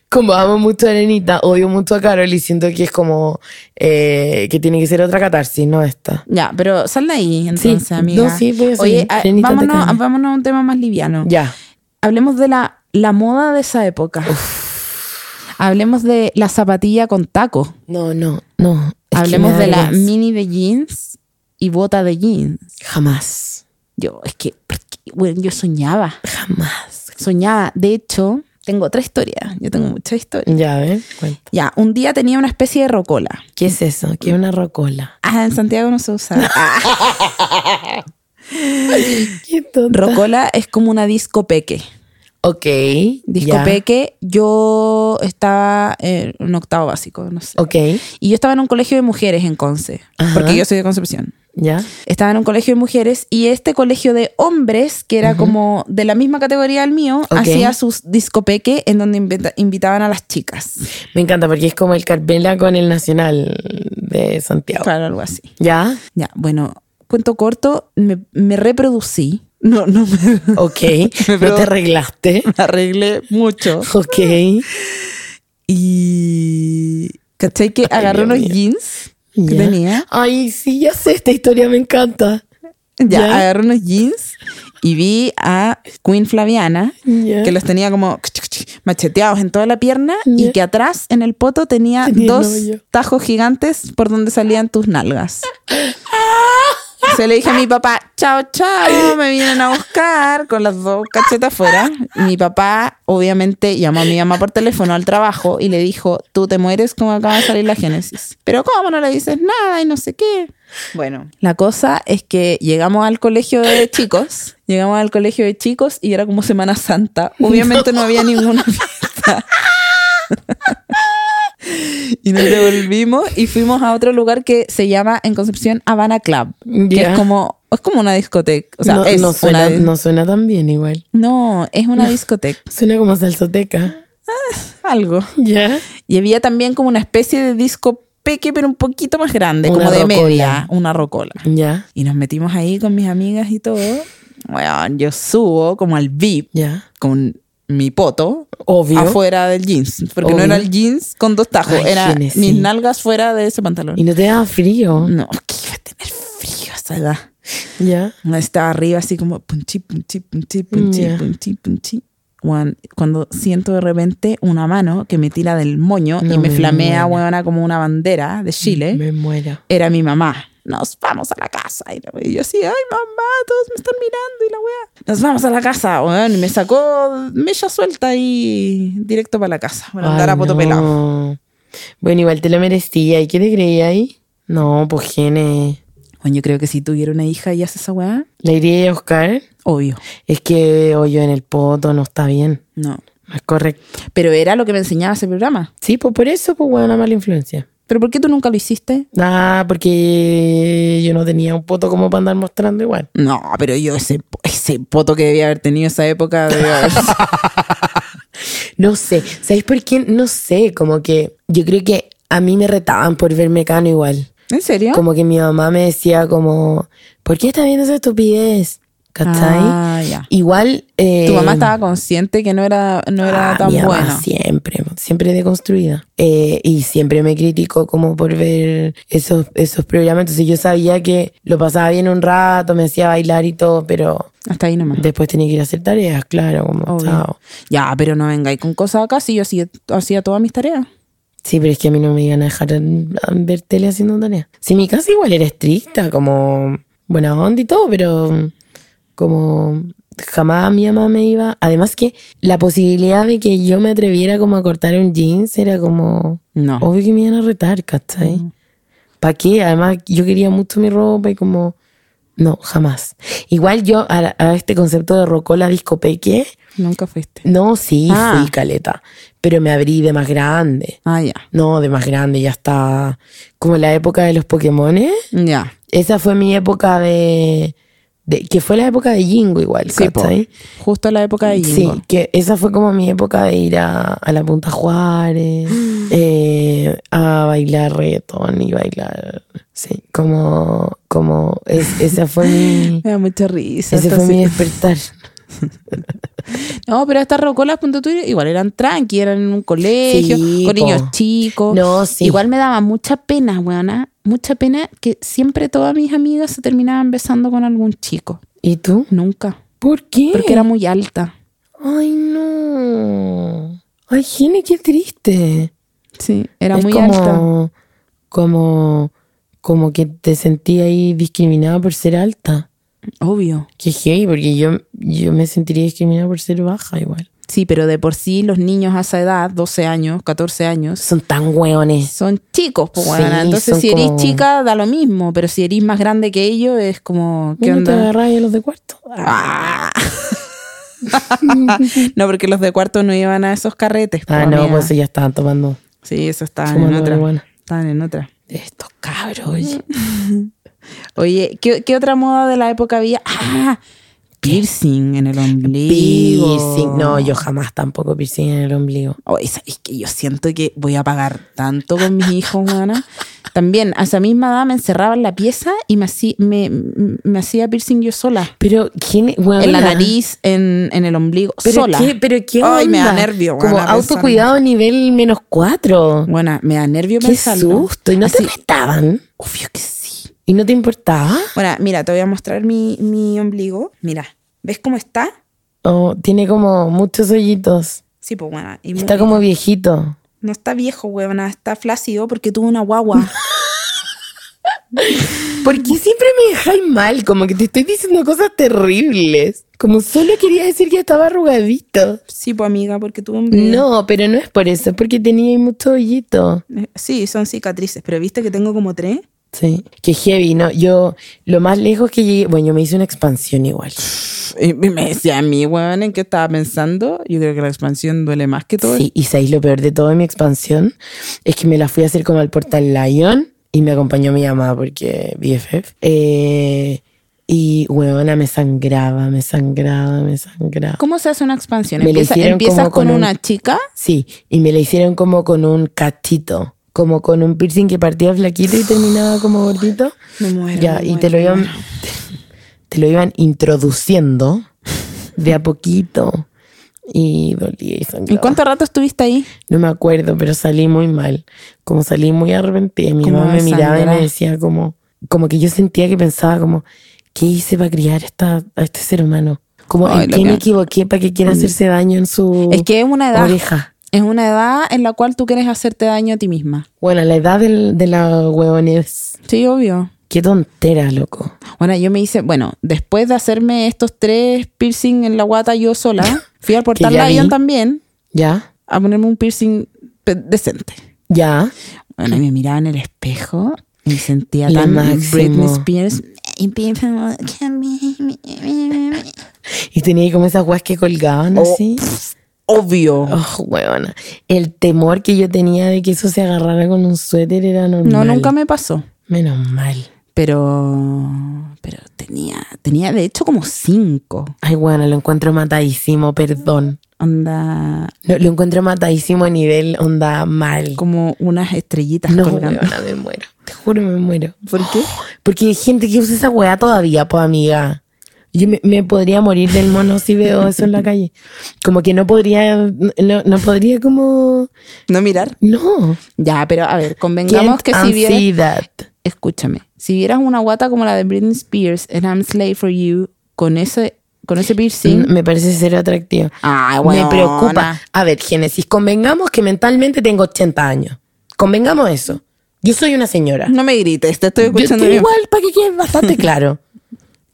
Speaker 2: como amo mucho a Arenita, odio mucho a Carol y siento que es como... eh, que tiene que ser otra catarsis, no esta.
Speaker 1: Ya, pero sal de ahí entonces,
Speaker 2: Sí,
Speaker 1: amiga.
Speaker 2: no, sí, voy a
Speaker 1: Oye,
Speaker 2: seguir.
Speaker 1: a-
Speaker 2: Karenita, te
Speaker 1: vámonos,
Speaker 2: calmas.
Speaker 1: vámonos a un tema más liviano.
Speaker 2: Ya.
Speaker 1: Hablemos de la, la moda de esa época. Hablemos de la zapatilla con taco.
Speaker 2: No, no, no. Es que
Speaker 1: Hablemos
Speaker 2: me da
Speaker 1: de la
Speaker 2: vergüenza.
Speaker 1: mini de jeans y bota de jeans.
Speaker 2: Jamás.
Speaker 1: Yo, es que, porque, bueno, yo soñaba,
Speaker 2: Jamás.
Speaker 1: soñaba. De hecho, tengo otra historia. Yo
Speaker 2: Mm.
Speaker 1: tengo mucha historia.
Speaker 2: Ya, ¿ves? Cuenta.
Speaker 1: Ya, un día tenía una especie de rocola.
Speaker 2: ¿Qué es eso? ¿Qué es una rocola?
Speaker 1: Ah, en Santiago no se usa.
Speaker 2: *laughs*
Speaker 1: Ah,
Speaker 2: ¿Qué tonta?
Speaker 1: rocola es como una discopeque.
Speaker 2: ok. ya.
Speaker 1: Discopeque, yo estaba en un octavo básico, no sé.
Speaker 2: Ok.
Speaker 1: Y yo estaba en un colegio de mujeres en Conce,
Speaker 2: Ajá.
Speaker 1: porque yo soy de Concepción.
Speaker 2: Ya.
Speaker 1: Estaba en un colegio de mujeres y este colegio de hombres, que era como de la misma categoría del mío,
Speaker 2: Ok.
Speaker 1: hacía sus discopeque en donde invita- invitaban a las chicas.
Speaker 2: Me encanta porque es como el Carpela con el Nacional de Santiago.
Speaker 1: Claro, algo así.
Speaker 2: Ya.
Speaker 1: Ya, bueno, cuento corto, me, me reproducí. No, no me, *laughs*
Speaker 2: Ok. no
Speaker 1: pregunto-
Speaker 2: te arreglaste.
Speaker 1: me arreglé mucho.
Speaker 2: Ok.
Speaker 1: Y... ¿Cachai que
Speaker 2: Ay,
Speaker 1: agarré
Speaker 2: Dios
Speaker 1: unos
Speaker 2: mío.
Speaker 1: jeans que
Speaker 2: Ya.
Speaker 1: tenía?
Speaker 2: Ay, sí, ya sé, esta historia me encanta.
Speaker 1: Ya,
Speaker 2: Ya.
Speaker 1: agarré unos jeans y vi a Queen Flaviana,
Speaker 2: Ya.
Speaker 1: que los tenía como macheteados en toda la pierna y
Speaker 2: Ya.
Speaker 1: que atrás en el poto tenía
Speaker 2: Tenía el
Speaker 1: dos
Speaker 2: hoyo.
Speaker 1: tajos gigantes por donde salían tus nalgas. Se le dije a mi papá, chao, chao, me vienen a buscar con las dos cachetas fuera. Mi papá, obviamente, llamó a mi mamá por teléfono al trabajo y le dijo, tú te mueres como acaba de salir la génesis. Pero ¿cómo no le dices nada y no sé qué? Bueno, la cosa es que llegamos al colegio de chicos, llegamos al colegio de chicos y era como Semana Santa. Obviamente no había ninguna fiesta. Y nos devolvimos y fuimos a otro lugar que se llama en Concepción Habana Club. Que
Speaker 2: Ya.
Speaker 1: es como, es como una discoteca. O sea,
Speaker 2: no,
Speaker 1: es
Speaker 2: no suena,
Speaker 1: una,
Speaker 2: no suena tan bien igual.
Speaker 1: no, es una
Speaker 2: *laughs*
Speaker 1: discoteca.
Speaker 2: Suena como salsoteca.
Speaker 1: Algo.
Speaker 2: Ya.
Speaker 1: Y había también como una especie de disco peque, pero un poquito más grande,
Speaker 2: Una
Speaker 1: como de
Speaker 2: rocola.
Speaker 1: media, una rocola.
Speaker 2: Ya,
Speaker 1: Y nos metimos ahí con mis amigas y todo. Weón, yo subo como al VIP
Speaker 2: ya.
Speaker 1: con mi poto
Speaker 2: Obvio.
Speaker 1: afuera del jeans. Porque no
Speaker 2: Obvio.
Speaker 1: era el jeans con dos tajos,
Speaker 2: Ay,
Speaker 1: era
Speaker 2: Genesis.
Speaker 1: mis nalgas fuera de ese pantalón.
Speaker 2: Y no te da frío.
Speaker 1: No, que iba a tener frío a esa edad.
Speaker 2: Ya.
Speaker 1: Una Estaba arriba así como punchi, punchi, punchi, punchi,
Speaker 2: Ya.
Speaker 1: punchi, punchi. Weón, Cuando siento de repente una mano que me tira del moño y
Speaker 2: No
Speaker 1: me,
Speaker 2: me
Speaker 1: flamea,
Speaker 2: muera.
Speaker 1: weona, como una bandera de Chile
Speaker 2: Me muero.
Speaker 1: era mi mamá. Nos vamos a la casa. Y la wea- y yo así, ay mamá, todos me están mirando y la weá. Nos vamos a la casa, weón. Y me sacó mella suelta y directo para la casa. Para andar
Speaker 2: Ay,
Speaker 1: a poto
Speaker 2: no.
Speaker 1: pelado.
Speaker 2: Bueno, igual te lo merecía. ¿Y qué te creía ahí? No, pues gene.
Speaker 1: Bueno, yo creo que si tuviera una hija y hace esa weá,
Speaker 2: ¿Le iría a Oscar?
Speaker 1: obvio.
Speaker 2: Es que hoyo en el poto no está bien.
Speaker 1: No.
Speaker 2: Es correcto.
Speaker 1: Pero era lo que me enseñaba ese programa.
Speaker 2: Sí, pues por eso, pues buena mala influencia.
Speaker 1: ¿Pero por qué tú nunca lo hiciste?
Speaker 2: Ah, porque yo no tenía un poto como para andar mostrando igual.
Speaker 1: No, pero yo ese, po- ese poto que debía haber tenido esa época. debía haber-
Speaker 2: No sé, ¿sabéis por qué? No sé, como que yo creo que a mí me retaban por verme cano igual.
Speaker 1: *laughs* ¿En serio?
Speaker 2: Como que mi mamá me decía como, ¿por qué estás viendo esa estupidez? ¿Cachai?
Speaker 1: Ah, ya.
Speaker 2: Igual... eh,
Speaker 1: Tu mamá estaba consciente que no era, no era
Speaker 2: ah,
Speaker 1: tan
Speaker 2: mi
Speaker 1: bueno.
Speaker 2: mamá Siempre, siempre deconstruida. Eh, y siempre me criticó como por ver esos, esos programas. Entonces yo sabía que lo pasaba bien un rato, me hacía bailar y todo, pero
Speaker 1: Hasta ahí nomás.
Speaker 2: después tenía que ir a hacer tareas, claro, como
Speaker 1: Obvio.
Speaker 2: chao.
Speaker 1: Ya, pero no vengáis con cosas acá si yo hacía, hacía todas mis tareas.
Speaker 2: Sí, pero es que a mí no me iban a dejar a- a ver tele haciendo tareas. Sí, mi casa igual era estricta, como buena onda y todo, pero como jamás mi mamá me iba. Además que la posibilidad de que yo me atreviera como a cortar un jeans era como
Speaker 1: No.
Speaker 2: obvio que me iban a retar, ¿cachai? ¿Para qué? Además, yo quería mucho mi ropa y como, no, jamás. Igual yo a, a este concepto de rocola discopeque,
Speaker 1: Nunca fuiste.
Speaker 2: no, sí,
Speaker 1: Ah.
Speaker 2: fui caleta, pero me abrí de más grande.
Speaker 1: Ah, ya.
Speaker 2: No, de más grande, ya está. Como la época de los Pokémones.
Speaker 1: Ya.
Speaker 2: Esa fue mi época de. de- que fue la época de Jingo igual,
Speaker 1: Sí, po.
Speaker 2: ¿cachai?
Speaker 1: Justo en la época de Jingo.
Speaker 2: Sí, que esa fue como mi época de ir a, a la Punta Juárez, eh, a bailar reggaetón y bailar. Sí, como. como es- esa fue *laughs* mi.
Speaker 1: Me da mucha risa.
Speaker 2: ese
Speaker 1: esto
Speaker 2: fue mi
Speaker 1: así.
Speaker 2: despertar.
Speaker 1: No, pero estas rocolas, punto tuyo, igual eran tranqui, eran en un colegio,
Speaker 2: Sí,
Speaker 1: con
Speaker 2: po.
Speaker 1: niños chicos.
Speaker 2: *laughs* No, sí.
Speaker 1: Igual me daba mucha pena, weona, mucha pena que siempre todas mis amigas se terminaban besando con algún chico.
Speaker 2: ¿Y tú?
Speaker 1: Nunca.
Speaker 2: ¿Por qué?
Speaker 1: Porque era muy alta.
Speaker 2: Ay, no. Ay, Gine, qué triste.
Speaker 1: Sí, era
Speaker 2: Es
Speaker 1: muy alta.
Speaker 2: como, Como, como que te sentí ahí discriminada por ser alta.
Speaker 1: Obvio.
Speaker 2: Que hey, porque yo, yo me sentiría discriminada por ser baja igual.
Speaker 1: Sí, pero de por sí los niños a esa edad, 12 años, 14 años,
Speaker 2: Son tan hueones.
Speaker 1: son chicos, pues,
Speaker 2: Sí,
Speaker 1: weona. Entonces,
Speaker 2: son
Speaker 1: si eres
Speaker 2: como-
Speaker 1: chica, da lo mismo, pero si eres más grande que ellos, es como, ¿qué
Speaker 2: ¿Qué te
Speaker 1: onda?
Speaker 2: agarras a los de cuarto?
Speaker 1: Ah. *laughs* no, porque los de cuarto no iban a esos carretes. po,
Speaker 2: Ah, no,
Speaker 1: amiga.
Speaker 2: pues eso ya estaban tomando.
Speaker 1: Sí, eso estaban Ah, en
Speaker 2: fumando
Speaker 1: otra.
Speaker 2: marihuana.
Speaker 1: Estaban en otra.
Speaker 2: Estos cabros, oye.
Speaker 1: Oye, ¿qué, qué otra moda de la época había? Ah, piercing en el ombligo.
Speaker 2: Piercing. No, yo jamás tampoco piercing en el ombligo.
Speaker 1: Oye, ¿sabes qué? Yo siento que voy a pagar tanto con mis hijos, Ana. También, a esa misma edad me encerraba en la pieza y me hacía, me, me hacía piercing yo sola.
Speaker 2: Pero, ¿quién hueona?
Speaker 1: En la nariz, en, en el ombligo,
Speaker 2: Ah, ¿Pero
Speaker 1: sola.
Speaker 2: qué? ¿Pero qué onda?
Speaker 1: Ay, me da nervio.
Speaker 2: Como
Speaker 1: weona, pensando.
Speaker 2: autocuidado nivel menos cuatro.
Speaker 1: Bueno, me da nervio
Speaker 2: Qué
Speaker 1: pensarlo.
Speaker 2: susto. ¿Y no
Speaker 1: Así-
Speaker 2: te prestaban?
Speaker 1: Obvio que sí.
Speaker 2: ¿Y no te importaba?
Speaker 1: Bueno, mira, te voy a mostrar mi, mi ombligo. Mira, ¿ves cómo está?
Speaker 2: Oh, tiene como muchos hoyitos.
Speaker 1: Sí, pues bueno. y
Speaker 2: Está
Speaker 1: muy-
Speaker 2: como viejito.
Speaker 1: No está viejo, huevona, está flácido porque tuvo una *laughs* guagua.
Speaker 2: ¿Por qué siempre me dejáis mal? Como que te estoy diciendo cosas terribles. Como solo quería decir que estaba arrugadito.
Speaker 1: sí, pues amiga, porque tuvo un bebé.
Speaker 2: No, pero no es por eso, es porque tenía mucho hoyito.
Speaker 1: Eh, Sí, son cicatrices, pero viste que tengo como tres.
Speaker 2: Sí. Qué heavy, ¿no? Yo, lo más lejos que llegué, bueno, yo me hice una expansión igual.
Speaker 1: Y me decía a mí, weón, ¿en qué estaba pensando? Yo creo que la expansión duele más que todo.
Speaker 2: Sí, y sabéis lo peor de todo de mi expansión es que me la fui a hacer como al portal Lion y me acompañó mi mamá porque BFF. Eh, y huevona me sangraba, me sangraba, me sangraba.
Speaker 1: ¿Cómo se hace una expansión?
Speaker 2: Me la
Speaker 1: Empieza-
Speaker 2: hicieron
Speaker 1: empiezas
Speaker 2: como
Speaker 1: con,
Speaker 2: con un-
Speaker 1: una chica
Speaker 2: Sí, y me la hicieron como con un cachito, como con un piercing que partía flaquito y terminaba como gordito.
Speaker 1: Me muero,
Speaker 2: Ya,
Speaker 1: me
Speaker 2: y
Speaker 1: muero,
Speaker 2: te lo
Speaker 1: me
Speaker 2: iban,
Speaker 1: muero.
Speaker 2: te, lo iban introduciendo de a poquito. Y dolía y
Speaker 1: ¿En
Speaker 2: sangraba.
Speaker 1: cuánto rato estuviste ahí?
Speaker 2: No me acuerdo, pero salí muy mal. Como salí muy arrepentida. Mi
Speaker 1: Como
Speaker 2: mamá me miraba y
Speaker 1: desangrada.
Speaker 2: me decía como, como que yo sentía que pensaba como, ¿qué hice para criar esta, a este ser humano? Como,
Speaker 1: Ay,
Speaker 2: ¿en
Speaker 1: lo
Speaker 2: qué me
Speaker 1: que- Mm.
Speaker 2: equivoqué para que quiera hacerse daño en su
Speaker 1: Es que es una edad.
Speaker 2: oreja?
Speaker 1: Es una edad en la cual tú quieres hacerte daño a ti misma.
Speaker 2: Bueno, la edad del- de la huevones.
Speaker 1: Sí, obvio.
Speaker 2: Qué tontera, loco.
Speaker 1: Bueno, yo me hice, bueno, después de hacerme estos tres piercing en la guata yo
Speaker 2: *laughs*
Speaker 1: sola, fui al portal
Speaker 2: ya
Speaker 1: Lion
Speaker 2: vi.
Speaker 1: también
Speaker 2: ¿Ya?
Speaker 1: a ponerme un piercing pe- decente.
Speaker 2: ¿Ya?
Speaker 1: Bueno, y me miraba en el espejo y me sentía
Speaker 2: Lo
Speaker 1: tan
Speaker 2: máximo.
Speaker 1: Britney Spears.
Speaker 2: Y tenía como esas guas que
Speaker 1: Oh.
Speaker 2: colgaban así.
Speaker 1: Obvio.
Speaker 2: Oh, huevona. El temor que yo tenía de que eso se agarrara con un suéter era normal.
Speaker 1: No, nunca me pasó.
Speaker 2: Menos mal.
Speaker 1: Pero, pero tenía, tenía de hecho como cinco.
Speaker 2: Ay, bueno, lo encuentro matadísimo, perdón.
Speaker 1: Onda,
Speaker 2: Lo, lo encuentro matadísimo a nivel onda mal.
Speaker 1: como unas estrellitas
Speaker 2: No,
Speaker 1: colgando.
Speaker 2: huevona, me muero. Te juro, me muero.
Speaker 1: ¿Por qué?
Speaker 2: Porque hay gente que usa esa weá todavía, pues, amiga. Yo me, me podría morir del mono si veo eso en la calle. Como que no podría, no, no podría como...
Speaker 1: No mirar.
Speaker 2: No.
Speaker 1: Ya, pero a ver, convengamos
Speaker 2: Can't
Speaker 1: que si vieras,
Speaker 2: unsee that.
Speaker 1: escúchame, si vieras una guata como la de Britney Spears en I'm Slave for You con ese, con ese piercing,
Speaker 2: Mm, Me parece cero atractivo.
Speaker 1: Ay,
Speaker 2: Me
Speaker 1: weona.
Speaker 2: preocupa. A ver, Génesis, convengamos que mentalmente tengo 80 años. Convengamos eso. Yo soy una señora.
Speaker 1: no me grites, te estoy
Speaker 2: Yo
Speaker 1: escuchando
Speaker 2: estoy
Speaker 1: bien.
Speaker 2: igual, para que quede bastante
Speaker 1: *laughs*
Speaker 2: claro.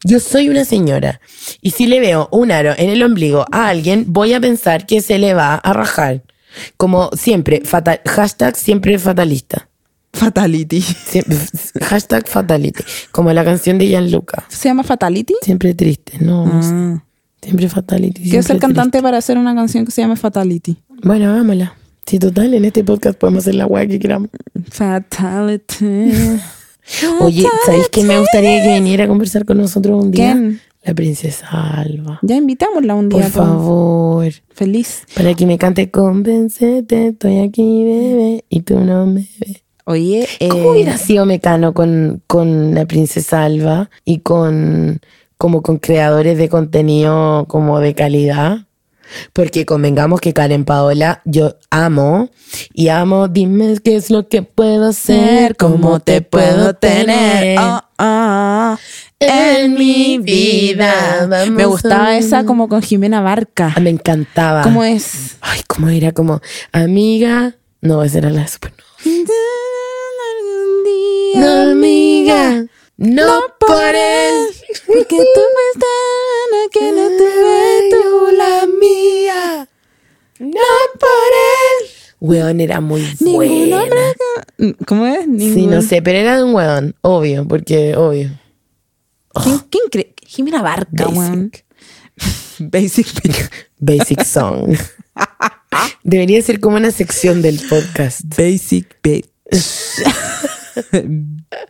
Speaker 2: Yo soy una señora. Y si le veo un aro en el ombligo a alguien, voy a pensar que se le va a rajar. Como siempre, fatal, hashtag siempre fatalista.
Speaker 1: Fatality.
Speaker 2: Siem- *laughs* hashtag fatality. Como la canción de Gianluca.
Speaker 1: ¿Se llama Fatality?
Speaker 2: Siempre triste, no.
Speaker 1: Ah.
Speaker 2: Siempre fatality.
Speaker 1: Quiero
Speaker 2: siempre
Speaker 1: ser cantante para hacer una canción que se llame Fatality.
Speaker 2: triste. Bueno, vámonos. Si total, en este podcast podemos hacer la weá que queramos.
Speaker 1: Fatality. Ah,
Speaker 2: Oye, ¿sabéis que me gustaría que viniera a conversar con nosotros un día?
Speaker 1: ¿Quién?
Speaker 2: La princesa Alba.
Speaker 1: Ya invitámosla un día.
Speaker 2: Por
Speaker 1: po.
Speaker 2: favor.
Speaker 1: Feliz.
Speaker 2: Para que me cante Convencete, estoy aquí, bebé, y tú no me ves.
Speaker 1: Oye, eh,
Speaker 2: ¿Cómo hubiera sido Mecano con, con la princesa Alba y con como con creadores de contenido como de calidad? Porque convengamos que Karen Paola yo amo y amo, dime qué es lo que puedo hacer, cómo te puedo tener.
Speaker 1: Ah, ah, ah.
Speaker 2: en mi vida. Vamos
Speaker 1: Me gustaba
Speaker 2: a-
Speaker 1: esa como con Jimena Barca.
Speaker 2: Ah, Me encantaba.
Speaker 1: ¿Cómo es?
Speaker 2: Ay, cómo era como amiga. No, esa era la de super. No, amiga, no por él.
Speaker 1: Porque tú me estás que no tuve tú la
Speaker 2: mía. No por él. *laughs* Weón era muy
Speaker 1: Ningún hombre
Speaker 2: buena.
Speaker 1: que- ¿Cómo es?
Speaker 2: Sí,
Speaker 1: Ningún-
Speaker 2: no sé, pero era de un weón, obvio, porque obvio.
Speaker 1: ¿Quién, quién cree? Jimena Barca,
Speaker 2: Basic.
Speaker 1: weón. Basic. bitch. *laughs*
Speaker 2: Basic song. Debería ser como una sección del podcast.
Speaker 1: Basic bitch.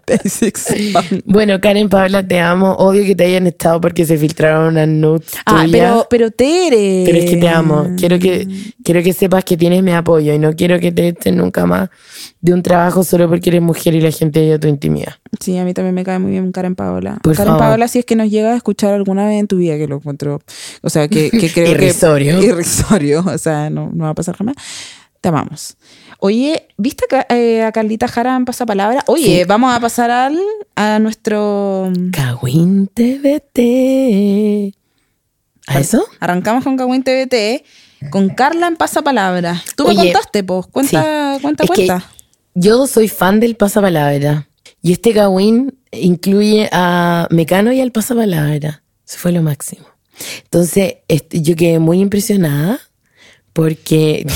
Speaker 1: Basic *laughs* song.
Speaker 2: Bueno, Karen Paola, te amo. Obvio que te hayan estado porque se filtraron unas nudes.
Speaker 1: Ah,
Speaker 2: tuyas.
Speaker 1: pero, eh, pero Tere.
Speaker 2: Pero es que te amo. Quiero que, quiero que sepas que tienes mi apoyo y no quiero que te echen nunca más de un trabajo solo porque eres mujer y la gente odia tu intimidad.
Speaker 1: Sí, a mí también me cae muy bien Karen Paola.
Speaker 2: Por
Speaker 1: Karen
Speaker 2: favor.
Speaker 1: Paola, si es que nos llega a escuchar alguna vez en tu vida, que lo encuentro. O sea, que, que creo
Speaker 2: Irrisorio.
Speaker 1: que. *laughs* Irrisorio. O sea, no, no va a pasar jamás. Te amamos. Oye, ¿viste a, Ca- eh, a Carlita Jara en Pasapalabra? Oye, vamos a pasar al, a nuestro.
Speaker 2: Cagüín TVT. ¿A eso?
Speaker 1: Arrancamos con Cagüín TVT con Carla en Pasapalabra. Tú me
Speaker 2: Oye,
Speaker 1: contaste, pues. Cuenta,
Speaker 2: Sí.
Speaker 1: cuenta,
Speaker 2: Es que
Speaker 1: cuenta. *laughs*
Speaker 2: Yo soy fan del pasapalabra. Y este Gawin incluye a Mecano y al pasapalabra. Eso fue lo máximo. Entonces, este, yo quedé muy impresionada porque. *laughs*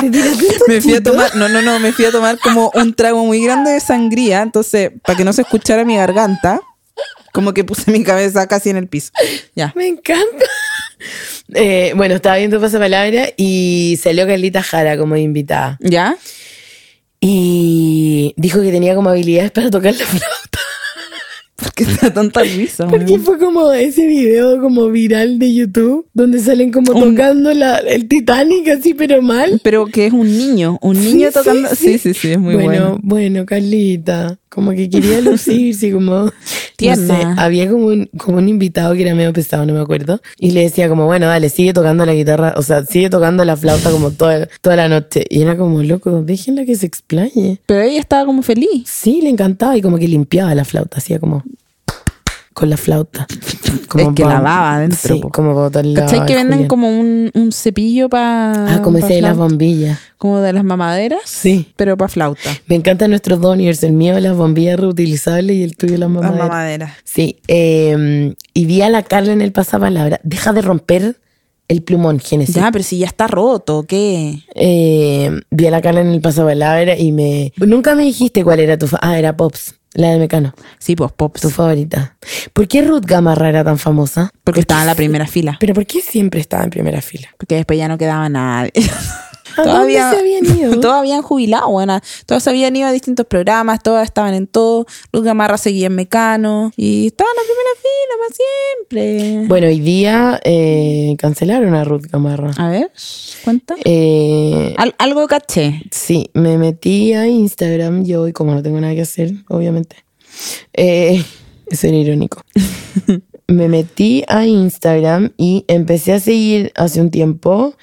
Speaker 2: ¿Te tiraste un
Speaker 1: Me fui a
Speaker 2: tutito?
Speaker 1: tomar, no, no, no, me fui a tomar como un trago muy grande de sangría, entonces, para que no se escuchara mi garganta, como que puse mi cabeza casi en el piso. Ya.
Speaker 2: Me encanta. *laughs* Eh, bueno, estaba viendo Pasapalabra y salió Carlita Jara como invitada.
Speaker 1: ¿Ya?
Speaker 2: Y dijo que tenía como habilidades para tocar la flauta.
Speaker 1: ¿Por qué está tanta risa?
Speaker 2: Porque
Speaker 1: weón?
Speaker 2: fue como ese video como viral de YouTube donde salen como
Speaker 1: Un-
Speaker 2: tocando la, el Titanic así pero mal.
Speaker 1: Pero que es un niño, un niño
Speaker 2: Sí,
Speaker 1: tocando. Sí, sí, sí, es muy bueno.
Speaker 2: bueno. Bueno, Carlita, como que quería lucirse, como... no
Speaker 1: Tierna.
Speaker 2: sé, había como un, como un invitado que era medio pesado, no me acuerdo, y le decía como, bueno, dale, sigue tocando la guitarra, o sea, sigue tocando la flauta como toda, toda la noche. Y era como, loco, déjenla que se explaye.
Speaker 1: Pero ella estaba como feliz.
Speaker 2: Sí, le encantaba y como que limpiaba la flauta, hacía como... Con la
Speaker 1: *laughs*
Speaker 2: flauta.
Speaker 1: Es que
Speaker 2: pa-
Speaker 1: lavaba adentro,
Speaker 2: Sí,
Speaker 1: po.
Speaker 2: como para botar la...
Speaker 1: ¿Cachai que
Speaker 2: el
Speaker 1: venden
Speaker 2: Julián.
Speaker 1: como un, un cepillo para.
Speaker 2: Ah, como ese de las bombillas.
Speaker 1: Como de las mamaderas,
Speaker 2: Sí.
Speaker 1: pero para flauta.
Speaker 2: Me encantan nuestros doniers, el mío las bombillas reutilizables y el tuyo las
Speaker 1: Las
Speaker 2: mamaderas.
Speaker 1: mamaderas.
Speaker 2: Sí, eh, y vi a la Carla en el pasapalabra. Deja de romper el plumón, Génesis.
Speaker 1: Ya, pero si ya está roto, ¿qué?
Speaker 2: Eh, vi a la Carla en el pasapalabra y me... Nunca me dijiste cuál era tu... fa- Ah, era Pops, la de Mecano,
Speaker 1: Sí, pues pop.
Speaker 2: tu favorita. ¿Por qué Ruth Gamarra era tan famosa?
Speaker 1: Porque estaba en la *laughs* primera fila.
Speaker 2: ¿Pero por qué siempre estaba en primera fila?
Speaker 1: Porque después ya no quedaba nadie. *laughs*
Speaker 2: ¿A dónde se habían ido?
Speaker 1: Todos habían jubilado, buena. Todos habían ido a distintos programas, todas estaban en todo. Luz Gamarra seguía en Mecano. Y estaba en la primera fila para siempre.
Speaker 2: Bueno, hoy día eh, cancelaron a Ruth Gamarra.
Speaker 1: A ver, cuenta.
Speaker 2: Eh,
Speaker 1: Al- algo caché.
Speaker 2: Sí, me metí a Instagram yo y como no tengo nada que hacer, obviamente. Eh, *laughs* eso era irónico. me metí a Instagram y empecé a seguir hace un tiempo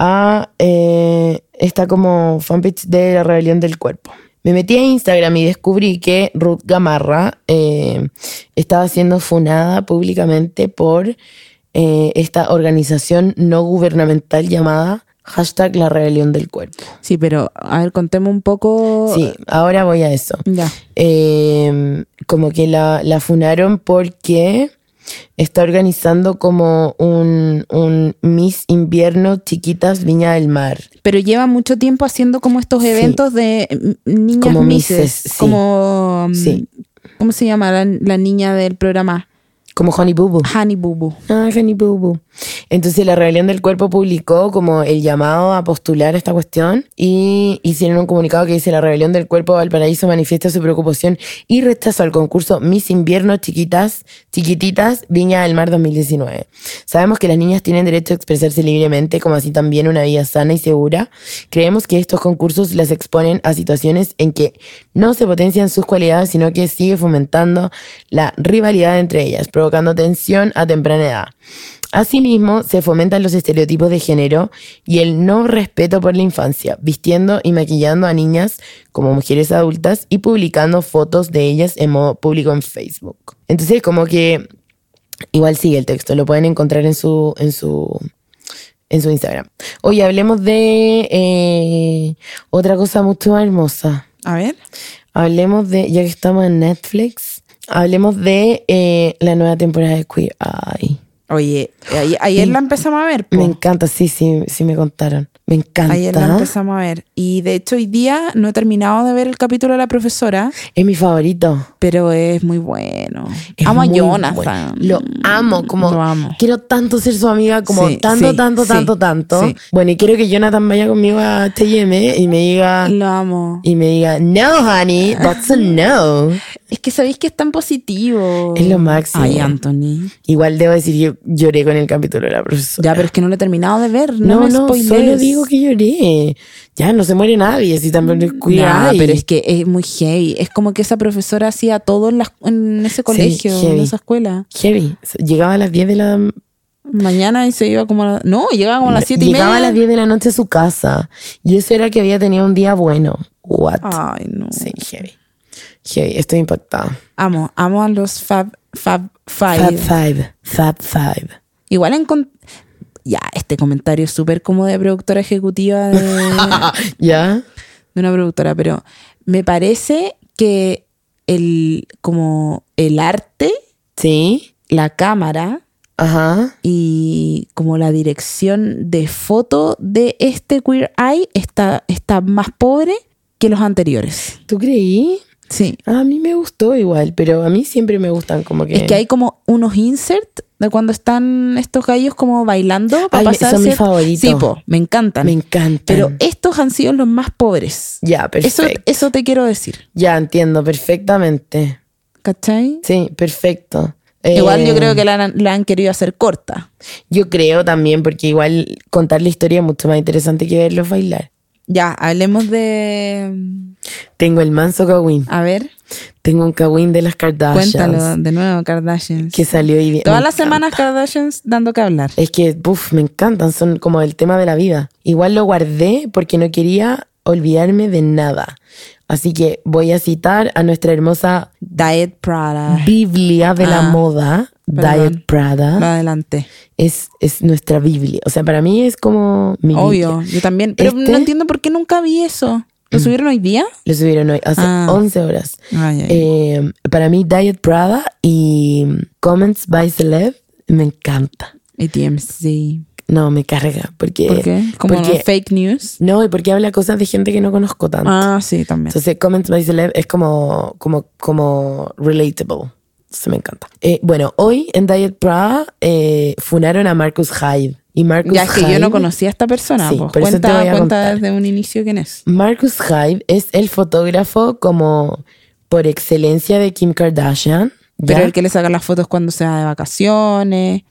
Speaker 2: a eh, esta como fanpage de la rebelión del cuerpo. Me metí a Instagram y descubrí que Ruth Gamarra eh, estaba siendo funada públicamente por eh, esta organización no gubernamental llamada hashtag la rebelión del cuerpo.
Speaker 1: Sí, pero a ver, contemos un poco.
Speaker 2: Sí, ahora voy a eso.
Speaker 1: Ya.
Speaker 2: Eh, como que la, la funaron porque está organizando como un, un Miss Invierno Chiquitas Viña del Mar.
Speaker 1: Pero lleva mucho tiempo haciendo como estos
Speaker 2: Sí.
Speaker 1: eventos de mm, niñas
Speaker 2: Como
Speaker 1: mises.
Speaker 2: mises, sí.
Speaker 1: Como. mm,
Speaker 2: Sí.
Speaker 1: ¿Cómo se llama la, la niña del programa?
Speaker 2: Como Honey Boo Boo.
Speaker 1: Honey Boo Boo.
Speaker 2: Ah, Honey Boo Boo. Entonces la Rebelión del Cuerpo publicó como el llamado a postular esta cuestión y hicieron un comunicado que dice la Rebelión del Cuerpo Valparaíso manifiesta su preocupación y rechazo al concurso Miss Invierno Chiquitas, Chiquititas, Viña del Mar 2019. eh, Sabemos que las niñas tienen derecho a expresarse libremente, como así también una vida sana y segura. Creemos que estos concursos las exponen a situaciones en que no se potencian sus cualidades, sino que sigue fomentando la rivalidad entre ellas, provocando tensión a temprana edad. Asimismo, se fomentan los estereotipos de género y el no respeto por la infancia, vistiendo y maquillando a niñas como mujeres adultas y publicando fotos de ellas en modo público en Facebook. Entonces, como que igual sigue el texto, lo pueden encontrar en su, en su, en su Instagram. Oye, hablemos de eh, otra cosa mucho más hermosa.
Speaker 1: A ver.
Speaker 2: Hablemos de, ya que estamos en Netflix, hablemos de eh, la nueva temporada de Queer Eye.
Speaker 1: Oye, ayer, ayer la empezamos a ver. po.
Speaker 2: Me encanta, sí, sí, sí me contaron. Me encanta.
Speaker 1: Ayer la empezamos a ver. Y de hecho hoy día no he terminado de ver el capítulo de la profesora,
Speaker 2: Es mi favorito.
Speaker 1: pero es muy bueno.
Speaker 2: Es
Speaker 1: amo a
Speaker 2: muy
Speaker 1: Jonathan. Mm,
Speaker 2: bueno. Lo amo, como
Speaker 1: Lo amo.
Speaker 2: quiero tanto ser su amiga, como
Speaker 1: Sí,
Speaker 2: tanto,
Speaker 1: sí,
Speaker 2: tanto,
Speaker 1: sí,
Speaker 2: tanto, tanto.
Speaker 1: sí.
Speaker 2: Bueno, y quiero que Jonathan vaya conmigo a H&M y me diga,
Speaker 1: Lo amo.
Speaker 2: y me diga, no, honey, that's
Speaker 1: *laughs*
Speaker 2: a no.
Speaker 1: Es que sabéis que es tan positivo.
Speaker 2: Es lo máximo.
Speaker 1: Ay, Anthony.
Speaker 2: Igual debo decir, yo lloré con el capítulo de la profesora.
Speaker 1: Ya, pero es que no lo he terminado de ver. No,
Speaker 2: no,
Speaker 1: me
Speaker 2: no,
Speaker 1: spoilees.
Speaker 2: solo digo que lloré. Ya, no se muere nadie, así también es
Speaker 1: Mm, Nah,
Speaker 2: cuidado.
Speaker 1: pero es que es muy heavy. Es como que esa profesora hacía todo en, la- en ese colegio, en
Speaker 2: heavy.
Speaker 1: esa escuela.
Speaker 2: Heavy. Llegaba a las 10 de la
Speaker 1: Mañana y se iba como a la- No, llegaba como a las siete y media.
Speaker 2: Llegaba a las 10 de la noche a su casa. Y eso era que había tenido un día bueno. What?
Speaker 1: Ay, no.
Speaker 2: Sí, heavy. Heavy, estoy impactada.
Speaker 1: Amo, amo a los Fab, fab
Speaker 2: Fab
Speaker 1: Five.
Speaker 2: Five. Fab Five.
Speaker 1: Igual encon- Ya, este comentario es súper como de productora ejecutiva de,
Speaker 2: *laughs*
Speaker 1: de
Speaker 2: ¿Ya?
Speaker 1: una productora, pero me parece que el, como el arte,
Speaker 2: Sí.
Speaker 1: la cámara
Speaker 2: Ajá.
Speaker 1: y como la dirección de foto de este Queer Eye está, está más pobre que los anteriores.
Speaker 2: ¿Tú creí?
Speaker 1: Sí.
Speaker 2: A mí me gustó igual, pero a mí siempre me gustan como que.
Speaker 1: Es que hay como unos inserts de cuando están estos gallos como bailando. para
Speaker 2: Ay, me-
Speaker 1: pasar
Speaker 2: son mis
Speaker 1: cierto-
Speaker 2: favoritos.
Speaker 1: Sí, po, me encantan.
Speaker 2: Me encantan.
Speaker 1: Pero estos han sido los más pobres.
Speaker 2: Ya, perfecto.
Speaker 1: Eso, eso te quiero decir.
Speaker 2: Ya entiendo perfectamente.
Speaker 1: ¿cachai?
Speaker 2: Sí, perfecto. Eh,
Speaker 1: Igual yo creo que la, han- la han querido hacer corta.
Speaker 2: Yo creo también, porque igual contar la historia es mucho más interesante que verlos bailar.
Speaker 1: Ya, hablemos de...
Speaker 2: Tengo el manso Kawin.
Speaker 1: A ver,
Speaker 2: Tengo un Kawin de las Kardashians.
Speaker 1: cuéntalo de nuevo, Kardashians.
Speaker 2: Que salió hoy día.
Speaker 1: Todas
Speaker 2: Me
Speaker 1: las
Speaker 2: encanta.
Speaker 1: semanas Kardashians dando que hablar.
Speaker 2: Es que, uff, me encantan, son como el tema de la vida. Igual lo guardé porque no quería olvidarme de nada. Así que voy a citar a nuestra hermosa
Speaker 1: Diet Prada.
Speaker 2: Biblia de la
Speaker 1: Ah,
Speaker 2: moda,
Speaker 1: perdón. Ah.
Speaker 2: Diet Prada.
Speaker 1: Lo adelante.
Speaker 2: Es, es nuestra Biblia. O sea, para mí es como mi
Speaker 1: Obvio,
Speaker 2: Biblia.
Speaker 1: yo también. Pero
Speaker 2: Este Mm.
Speaker 1: no entiendo por qué nunca vi eso. ¿Lo subieron hoy día?
Speaker 2: Lo subieron hoy, hace
Speaker 1: Ah.
Speaker 2: 11 horas.
Speaker 1: Ay, ay, ay.
Speaker 2: Eh, para mí, Diet Prada y Comments by Celeb me encanta.
Speaker 1: ATMC.
Speaker 2: No, me carga. Porque,
Speaker 1: ¿Por qué? Como
Speaker 2: Eh, porque-
Speaker 1: fake news.
Speaker 2: No, y porque habla cosas de gente que no conozco tanto.
Speaker 1: Ah, sí, también.
Speaker 2: Entonces, Comments by Celeb es como, como, como relatable. Eso me encanta. Eh, bueno, hoy en Diet Prada eh, funaron a Marcus Hyde. Y Marcus
Speaker 1: Ya es que yo
Speaker 2: Hyde-
Speaker 1: no conocía a esta persona.
Speaker 2: Sí,
Speaker 1: pues.
Speaker 2: por eso te voy
Speaker 1: Cuenta, cuenta
Speaker 2: a contar.
Speaker 1: desde un inicio quién es.
Speaker 2: Marcus Hyde es el fotógrafo como por excelencia de Kim Kardashian. ¿ya?
Speaker 1: Pero el que le saca las fotos cuando se va de vacaciones,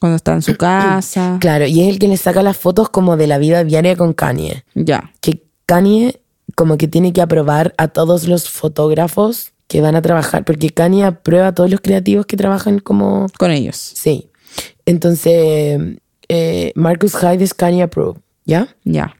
Speaker 1: cuando está en
Speaker 2: *clears throat*
Speaker 1: su casa.
Speaker 2: Claro, y es el que le saca las fotos como de la vida diaria con Kanye.
Speaker 1: Ya.
Speaker 2: Que Kanye como que tiene que aprobar a todos los fotógrafos que van a trabajar, porque Kanye aprueba a todos los creativos que trabajan como...
Speaker 1: Con ellos.
Speaker 2: Sí. Entonces, eh, Marcus Hyde es Kanye Approve, ¿ya?
Speaker 1: Ya.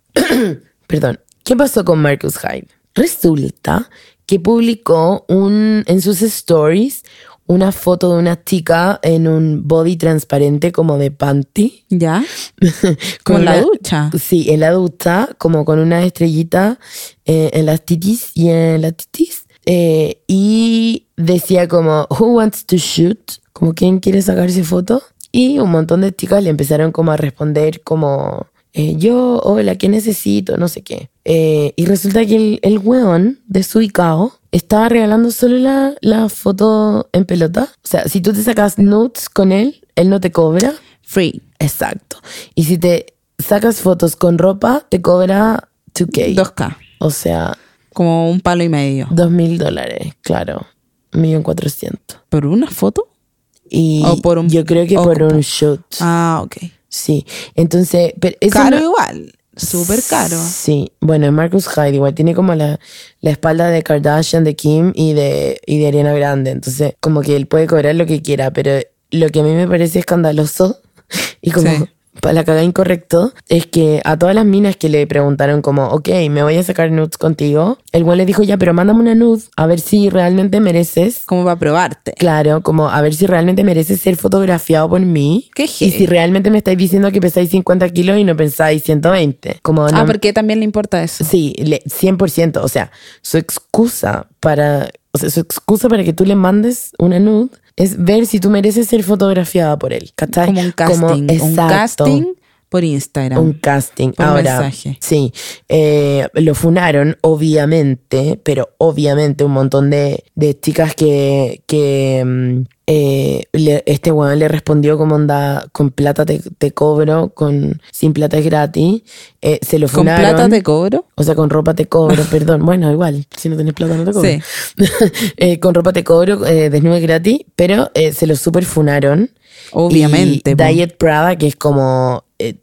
Speaker 2: Perdón. ¿Qué pasó con Marcus Hyde? Resulta que publicó un, en sus stories una foto de una chica en un body transparente como de panty.
Speaker 1: Ya.
Speaker 2: *laughs*
Speaker 1: Como en la
Speaker 2: una-
Speaker 1: ducha.
Speaker 2: Sí, en la ducha, como con una estrellita eh, en las titis y en las titis. Eh, y decía como, who wants to shoot? Como, ¿quién quiere sacarse foto? Y un montón de chicas le empezaron como a responder como, eh, yo, hola, ¿qué necesito? No sé qué. Eh, y resulta que el, el weón de su ICAO estaba regalando solo la, la foto en pelota. O sea, si tú te sacas nudes con él, él no te cobra.
Speaker 1: Free.
Speaker 2: Exacto. Y si te sacas fotos con ropa, te cobra 2K.
Speaker 1: 2K.
Speaker 2: O sea,
Speaker 1: Como un palo y medio.
Speaker 2: dos mil dólares, claro. Un millón cuatrocientos.
Speaker 1: ¿Por una foto?
Speaker 2: Y
Speaker 1: O por un-
Speaker 2: yo creo que
Speaker 1: o
Speaker 2: por
Speaker 1: por-
Speaker 2: un shoot.
Speaker 1: Ah, ok.
Speaker 2: Sí. Entonces, pero eso
Speaker 1: caro
Speaker 2: no-
Speaker 1: igual. Súper caro.
Speaker 2: Sí. Bueno, Marcus Hyde igual tiene como la, la espalda de Kardashian, de Kim y de, y de Ariana Grande. Entonces, como que él puede cobrar lo que quiera, pero lo que a mí me parece escandaloso *laughs* y como
Speaker 1: Sí.
Speaker 2: para la cagada incorrecto es que a todas las minas que le preguntaron como, ok, me voy a sacar nudes contigo, el güey le dijo, ya, pero mándame una nude a ver si realmente mereces.
Speaker 1: Como para probarte.
Speaker 2: Claro, como a ver si realmente mereces ser fotografiado por mí.
Speaker 1: Qué
Speaker 2: Y
Speaker 1: heavy.
Speaker 2: si realmente me estáis diciendo que pesáis 50 kilos y no pensáis 120. Como
Speaker 1: Ah,
Speaker 2: no-
Speaker 1: porque también le importa eso.
Speaker 2: Sí, le- 100%. O sea, su excusa para. O sea, su excusa para que tú le mandes una nude es ver si tú mereces ser fotografiada por él. ¿Cachai?
Speaker 1: Como un casting. un
Speaker 2: exacto,
Speaker 1: casting por Instagram.
Speaker 2: Un casting.
Speaker 1: Por
Speaker 2: Ahora.
Speaker 1: mensaje.
Speaker 2: Sí. eh, lo funaron, obviamente, pero obviamente un montón de, de chicas que. que mm, eh, le- este weón le respondió como onda, con plata te, te cobro, con sin plata es gratis. Eh, se lo
Speaker 1: ¿Con
Speaker 2: funaron.
Speaker 1: plata te cobro?
Speaker 2: O sea, con ropa
Speaker 1: *laughs*
Speaker 2: te cobro, perdón. Bueno, igual, si no tenés plata no te cobro.
Speaker 1: Sí.
Speaker 2: *laughs* Eh, con ropa te cobro, eh, desnudo es gratis, pero eh, se lo super funaron.
Speaker 1: Obviamente. pues.
Speaker 2: Y
Speaker 1: po.
Speaker 2: Diet Prada, que es como... eh,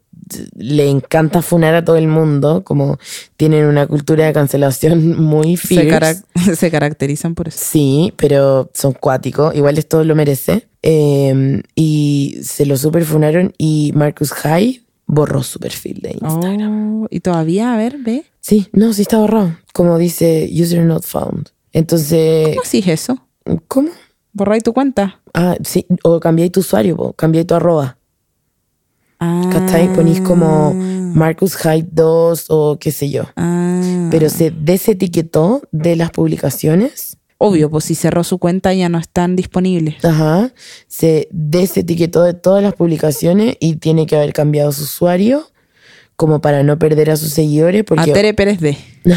Speaker 2: le encanta funar a todo el mundo, como tienen una cultura de cancelación *laughs* muy
Speaker 1: se,
Speaker 2: fierce.
Speaker 1: carac- *laughs* se caracterizan por eso.
Speaker 2: Sí, pero son cuáticos. Igual esto lo merece. Eh, y se lo super funaron y Marcus Hyde borró su perfil de Instagram.
Speaker 1: Oh, y todavía, a ver, ve.
Speaker 2: Sí, no, sí está borrado. Como dice user not found. Entonces,
Speaker 1: ¿Cómo así es eso?
Speaker 2: ¿cómo?
Speaker 1: Borra tu cuenta.
Speaker 2: Ah, sí, o cambié tu usuario, po, cambié tu arroba.
Speaker 1: Ah,
Speaker 2: ¿Cachai? Ponís como Marcus Hyde 2 o qué sé yo.
Speaker 1: ah.
Speaker 2: Pero se desetiquetó de las publicaciones.
Speaker 1: Obvio, pues si cerró su cuenta ya no están disponibles.
Speaker 2: Ajá. Se desetiquetó de todas las publicaciones y tiene que haber cambiado su usuario como para no perder a sus seguidores.
Speaker 1: A
Speaker 2: Porque
Speaker 1: Tere Pérez D.
Speaker 2: *laughs*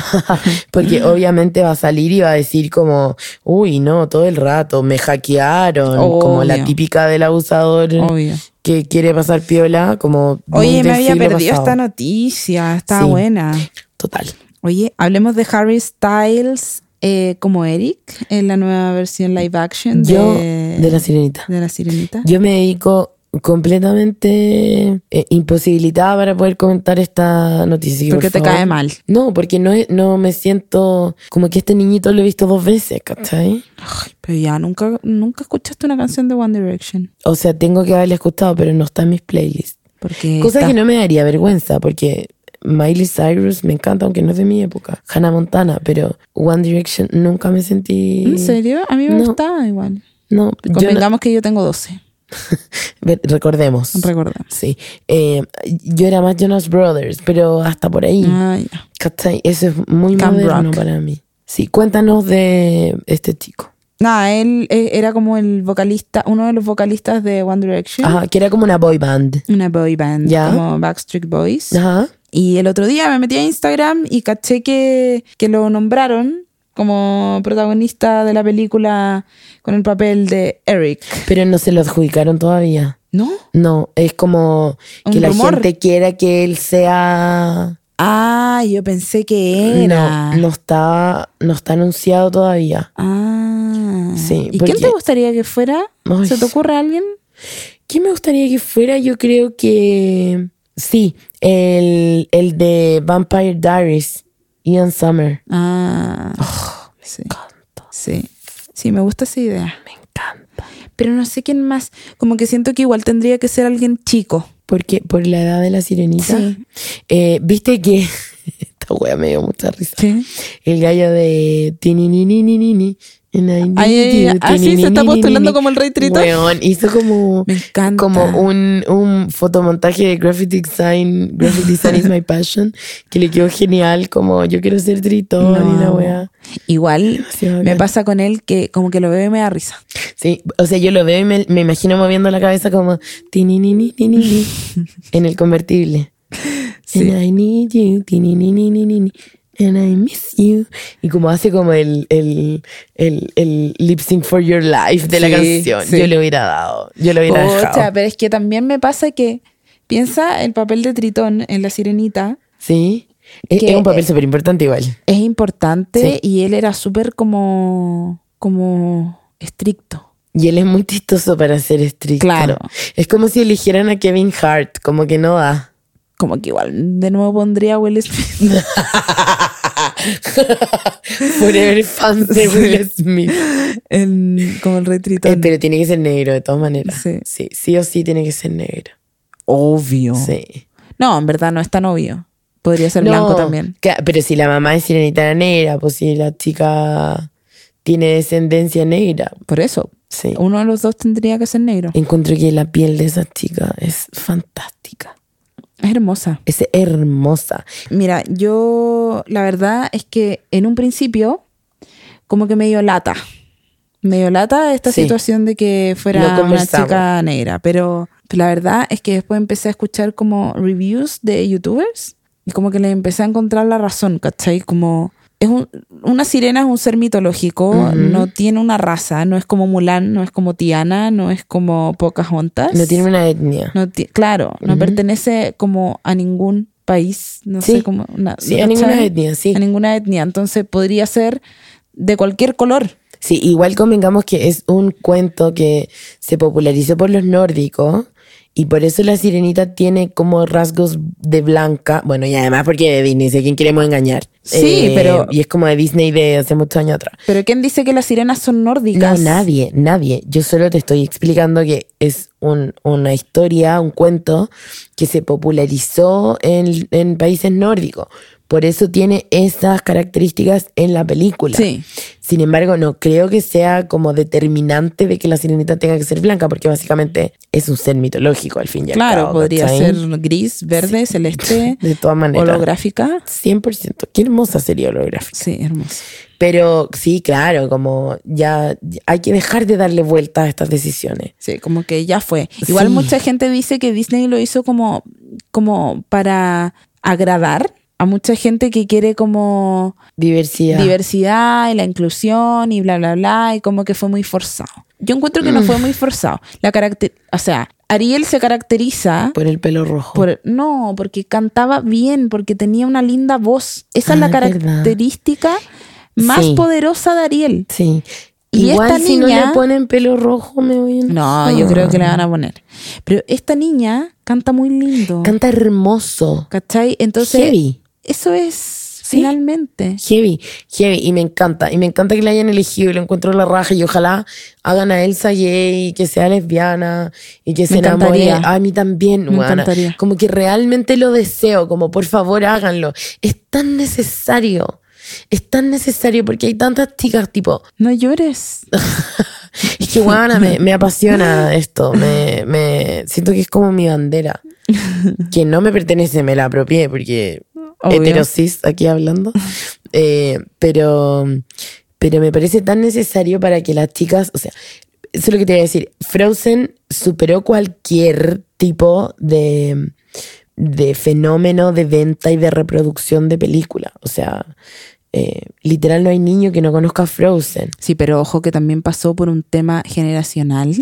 Speaker 2: Porque obviamente va a salir y va a decir como, uy, no, todo el rato me hackearon, como la
Speaker 1: Obvio.
Speaker 2: típica del abusador
Speaker 1: Obvio.
Speaker 2: que quiere pasar piola, como...
Speaker 1: Oye,
Speaker 2: del
Speaker 1: me había
Speaker 2: siglo
Speaker 1: perdido
Speaker 2: pasado.
Speaker 1: esta noticia. Está
Speaker 2: Sí.
Speaker 1: buena.
Speaker 2: Total.
Speaker 1: Oye, hablemos de Harry Styles eh, como Eric en la nueva versión live action de,
Speaker 2: Yo, de La Sirenita.
Speaker 1: de La Sirenita.
Speaker 2: Yo me dedico completamente eh, imposibilitada para poder comentar esta noticia. así que,
Speaker 1: Porque
Speaker 2: por
Speaker 1: te
Speaker 2: favor.
Speaker 1: cae mal.
Speaker 2: No, porque no, es- no me siento como que este niñito lo he visto dos veces, ¿cachai?
Speaker 1: Ay, pero ya nunca, nunca escuchaste una canción de One Direction.
Speaker 2: O sea, tengo que haberle escuchado, pero no está en mis playlists.
Speaker 1: Porque
Speaker 2: Cosa
Speaker 1: está-
Speaker 2: que no me daría vergüenza, porque Miley Cyrus me encanta, aunque no es de mi época. Hannah Montana, pero One Direction nunca me sentí.
Speaker 1: ¿En serio? A mí me
Speaker 2: No.
Speaker 1: gustaba igual.
Speaker 2: No, yo no- *laughs*
Speaker 1: Convengamos que yo tengo 12,
Speaker 2: Ve- recordemos.
Speaker 1: recordemos.
Speaker 2: Sí. Eh, yo era más Jonas Brothers, pero hasta por ahí.
Speaker 1: Ah, ya.
Speaker 2: ¿Cachai? Eso es muy
Speaker 1: Camp
Speaker 2: moderno
Speaker 1: Rock.
Speaker 2: para mí. Sí, cuéntanos de este chico.
Speaker 1: Nada, él eh, era como el vocalista, uno de los vocalistas de One Direction.
Speaker 2: Ajá, que era como una boy band.
Speaker 1: Una boy band,
Speaker 2: Ya.
Speaker 1: como Backstreet Boys.
Speaker 2: Ajá.
Speaker 1: Y el otro día me metí a Instagram y caché que, que lo nombraron como protagonista de la película con el papel de Eric.
Speaker 2: Pero no se lo adjudicaron todavía.
Speaker 1: ¿No?
Speaker 2: No, es como
Speaker 1: Un
Speaker 2: que la
Speaker 1: rumor.
Speaker 2: gente quiera que él sea.
Speaker 1: Ah, yo pensé que era.
Speaker 2: No, no está, no está anunciado todavía.
Speaker 1: Ah.
Speaker 2: Sí,
Speaker 1: ¿Y
Speaker 2: porque-
Speaker 1: quién te gustaría que fuera?
Speaker 2: Ay.
Speaker 1: ¿Se te ocurre alguien?
Speaker 2: ¿Quién me gustaría que fuera? Yo creo que. Sí, el, el de Vampire Diaries, Ian Summer.
Speaker 1: Ah. sí. Sí. Sí, me gusta esa idea.
Speaker 2: Oh, Me encanta.
Speaker 1: Pero no sé quién más. Como que siento que igual tendría que ser alguien chico.
Speaker 2: Porque por la edad de la sirenita.
Speaker 1: Sí.
Speaker 2: Eh, Viste que. *laughs* Esta wea me dio mucha risa. El gallo de. Tininininini, and I need
Speaker 1: Ay, ay,
Speaker 2: you,
Speaker 1: ay. Ah, sí, se está
Speaker 2: tininininini.
Speaker 1: postulando como el rey Tritón.
Speaker 2: Weón, hizo como.
Speaker 1: Me encanta.
Speaker 2: Como un, un fotomontaje de graphic design. Graphic
Speaker 1: *laughs*
Speaker 2: design is my passion. Que le quedó genial. Como yo quiero ser tritón y la
Speaker 1: No.
Speaker 2: wea.
Speaker 1: Oh. Igual
Speaker 2: Demasiado
Speaker 1: me
Speaker 2: bacán.
Speaker 1: pasa con él que como que lo veo y me da risa.
Speaker 2: Sí, o sea, yo lo veo y me, me imagino moviendo la cabeza como
Speaker 1: *laughs*
Speaker 2: tininininini, en el convertible.
Speaker 1: Sí.
Speaker 2: And I need you, tininininini, and I miss you. Y como hace como el, el, el, el lip sync for your life de la
Speaker 1: Sí,
Speaker 2: canción.
Speaker 1: sí.
Speaker 2: Yo le hubiera dado, yo le hubiera
Speaker 1: Pucha,
Speaker 2: dejado.
Speaker 1: pero es que también me pasa que piensa el papel de Tritón en La Sirenita
Speaker 2: Sí, es,
Speaker 1: que- eh,
Speaker 2: es un papel súper importante igual.
Speaker 1: es importante
Speaker 2: Sí.
Speaker 1: y él era súper como como estricto.
Speaker 2: Y él es muy chistoso para ser estricto.
Speaker 1: Claro.
Speaker 2: Es como si eligieran a Kevin Hart, como que no
Speaker 1: *laughs*
Speaker 2: da.
Speaker 1: Como que igual de nuevo pondría a Will Smith. *laughs*
Speaker 2: Forever fan de Will Smith.
Speaker 1: en- como el rey Tritón.
Speaker 2: Eh, pero tiene que ser negro, de todas maneras.
Speaker 1: Sí.
Speaker 2: Sí. sí. o sí tiene que ser negro.
Speaker 1: obvio.
Speaker 2: Sí.
Speaker 1: No, en verdad no es tan obvio. Podría ser blanco
Speaker 2: No,
Speaker 1: también.
Speaker 2: cla- pero si la mamá es sirenita era negra, pues si la chica tiene descendencia negra.
Speaker 1: Por eso,
Speaker 2: Sí.
Speaker 1: uno de los dos tendría que ser negro.
Speaker 2: Encuentro que la piel de esa chica es fantástica.
Speaker 1: Es hermosa.
Speaker 2: Es hermosa.
Speaker 1: Mira, yo la verdad es que en un principio como que me dio lata. Me dio lata esta
Speaker 2: Sí.
Speaker 1: situación de que fuera
Speaker 2: Lo
Speaker 1: una
Speaker 2: conversamos.
Speaker 1: chica negra, pero la verdad es que después empecé a escuchar como reviews de youtubers y como que le empecé a encontrar la razón, ¿cachai? Como es un- una sirena es un ser mitológico, no tiene una raza, no es como Mulan, no es como Tiana, no es como Pocahontas.
Speaker 2: No tiene una etnia.
Speaker 1: No ti- claro, no pertenece como a ningún país, no
Speaker 2: Sí.
Speaker 1: sé cómo. na-
Speaker 2: Sí, a
Speaker 1: ¿cachai?
Speaker 2: ninguna etnia, sí.
Speaker 1: A ninguna etnia, entonces podría ser de cualquier color.
Speaker 2: Sí, igual convengamos que es un cuento que se popularizó por los nórdicos y por eso la sirenita tiene como rasgos de blanca. Bueno, y además porque de Disney, sé quién queremos engañar. Eh,
Speaker 1: Sí, pero-
Speaker 2: Y es como de Disney de hace muchos años atrás.
Speaker 1: Pero ¿quién dice que las sirenas son
Speaker 2: No,
Speaker 1: nórdicas?
Speaker 2: nadie, nadie. Yo solo te estoy explicando que es un- una historia, un cuento que se popularizó en, en países nórdicos. Por eso tiene esas características en la película.
Speaker 1: Sí.
Speaker 2: Sin embargo, no creo que sea como determinante de que la sirenita tenga que ser blanca, porque básicamente es un ser mitológico al fin y al
Speaker 1: Claro,
Speaker 2: cabo.
Speaker 1: podría
Speaker 2: ¿cachai?
Speaker 1: ser gris, verde, celeste,
Speaker 2: *laughs* De todas maneras.
Speaker 1: holográfica.
Speaker 2: 100%. Qué hermosa sería holográfica.
Speaker 1: Sí, hermoso.
Speaker 2: Pero sí, claro, como ya ya hay que dejar de darle vueltas a estas decisiones.
Speaker 1: Sí, como que ya fue. Igual
Speaker 2: Sí.
Speaker 1: mucha gente dice que Disney lo hizo como, como para agradar a mucha gente que quiere como
Speaker 2: Diversidad.
Speaker 1: diversidad y la inclusión y bla, bla, bla, y como que fue muy forzado. Yo encuentro
Speaker 2: Mm.
Speaker 1: que no fue muy forzado. La caracter o sea, Ariel se caracteriza
Speaker 2: por el pelo rojo.
Speaker 1: por... No, porque cantaba bien, porque tenía una linda voz. Esa es
Speaker 2: Ah,
Speaker 1: la
Speaker 2: es verdad.
Speaker 1: característica más
Speaker 2: Sí.
Speaker 1: poderosa de Ariel.
Speaker 2: Sí.
Speaker 1: Y
Speaker 2: Igual
Speaker 1: esta
Speaker 2: si no
Speaker 1: niña-
Speaker 2: le ponen pelo rojo, me voy a
Speaker 1: No, yo
Speaker 2: enojar.
Speaker 1: creo que le van a poner. Pero esta niña canta muy lindo.
Speaker 2: Canta hermoso.
Speaker 1: ¿Cachai? Entonces,
Speaker 2: Heavy.
Speaker 1: eso es finalmente.
Speaker 2: Heavy, heavy, y me encanta, y me encanta que la hayan elegido, y lo encuentro la raja, y ojalá hagan a Elsa gay, y que sea lesbiana, y que se enamore.
Speaker 1: encantaría.
Speaker 2: A mí también,
Speaker 1: Me
Speaker 2: weona.
Speaker 1: encantaría.
Speaker 2: Como que realmente lo deseo, como por favor háganlo. Es tan necesario, es tan necesario, porque hay tantas chicas, tipo,
Speaker 1: No
Speaker 2: *laughs*
Speaker 1: llores.
Speaker 2: es que weona, me,
Speaker 1: *laughs*
Speaker 2: me apasiona esto, me, me siento que es como mi bandera, que no me pertenece, me la apropié, porque
Speaker 1: Obvio.
Speaker 2: heterosis aquí hablando. Eh, pero, pero me parece tan necesario para que las chicas, o sea, eso es lo que te iba a decir. Frozen superó cualquier tipo de, de fenómeno de venta y de reproducción de película. O sea, eh, literal no hay niño que no conozca Frozen.
Speaker 1: Sí, pero ojo que también pasó por un tema generacional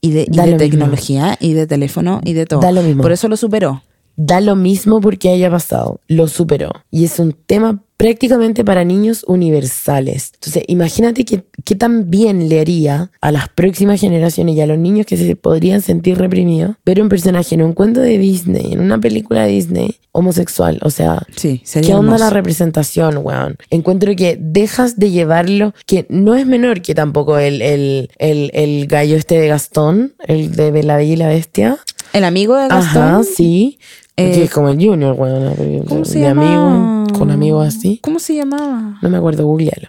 Speaker 1: y de, y
Speaker 2: Da
Speaker 1: de
Speaker 2: lo mismo.
Speaker 1: tecnología y de teléfono y de todo.
Speaker 2: Da lo mismo.
Speaker 1: Por eso lo superó.
Speaker 2: Da lo mismo porque haya pasado, lo superó. Y es un tema prácticamente para niños universales. Entonces, imagínate qué qué tan bien le haría a las próximas generaciones y a los niños que se podrían sentir reprimidos ver un personaje en un cuento de Disney, en una película de Disney, homosexual. O sea,
Speaker 1: Sí, sería
Speaker 2: ¿Qué onda
Speaker 1: hermoso.
Speaker 2: la representación, weón? Encuentro que dejas de llevarlo, que no es menor que tampoco el, el, el, el gallo este de Gastón, el de La Bella y la Bestia.
Speaker 1: El amigo de Gastón.
Speaker 2: Ajá, sí. Porque
Speaker 1: Eh,
Speaker 2: es como el Junior, weón.
Speaker 1: ¿Cómo se
Speaker 2: de
Speaker 1: llamaba?
Speaker 2: amigo, con amigos así.
Speaker 1: ¿Cómo se llamaba?
Speaker 2: No me acuerdo, googlealo.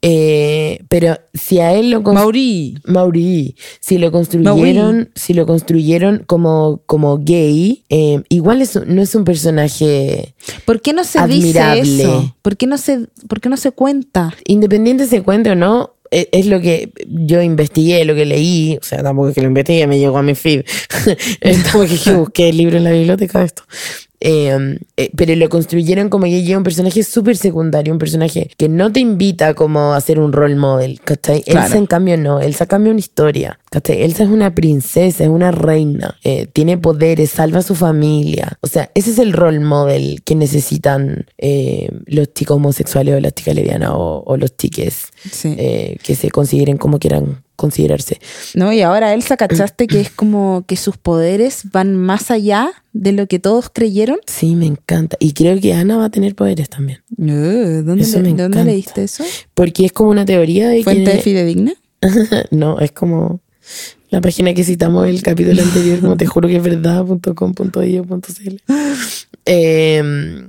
Speaker 2: Eh, pero si a él lo cons-
Speaker 1: Mauri.
Speaker 2: Mauri, si lo construyeron,
Speaker 1: Mauri.
Speaker 2: si lo construyeron como, como gay, eh, igual es un- no es un personaje
Speaker 1: ¿Por qué no se dice
Speaker 2: Admirable.
Speaker 1: eso? ¿Por qué no se, por qué no se cuenta?
Speaker 2: Independiente se cuente o no, e- es lo que yo investigué, lo que leí, o sea, tampoco es que lo investigué, me llegó a mi feed, *laughs* tampoco es que busqué el libro en la biblioteca, esto. Eh, eh, pero lo construyeron como que llega un personaje súper secundario, un personaje que no te invita como a ser un role model, ¿cachai?
Speaker 1: Claro.
Speaker 2: Elsa en cambio no, Elsa cambia una historia, ¿cachai? Elsa es una princesa, es una reina, eh, tiene poderes, salva a su familia, o sea, ese es el role model que necesitan eh, los chicos homosexuales o las chicas lesbianas o, o los chiques
Speaker 1: Sí.
Speaker 2: eh, que se consideren como quieran considerarse.
Speaker 1: No, y ahora Elsa, ¿cachaste que es como que sus poderes van más allá de lo que todos creyeron?
Speaker 2: Sí, me encanta. Y creo que Ana va a tener poderes también.
Speaker 1: Eh, ¿Dónde,
Speaker 2: Eso me
Speaker 1: le- ¿dónde
Speaker 2: encanta.
Speaker 1: leíste eso?
Speaker 2: Porque es como una teoría de
Speaker 1: ¿Fuente
Speaker 2: que...
Speaker 1: fidedigna?
Speaker 2: no, es como la página que citamos el capítulo anterior, como te juro que es verdad.com.io.cl. Eh,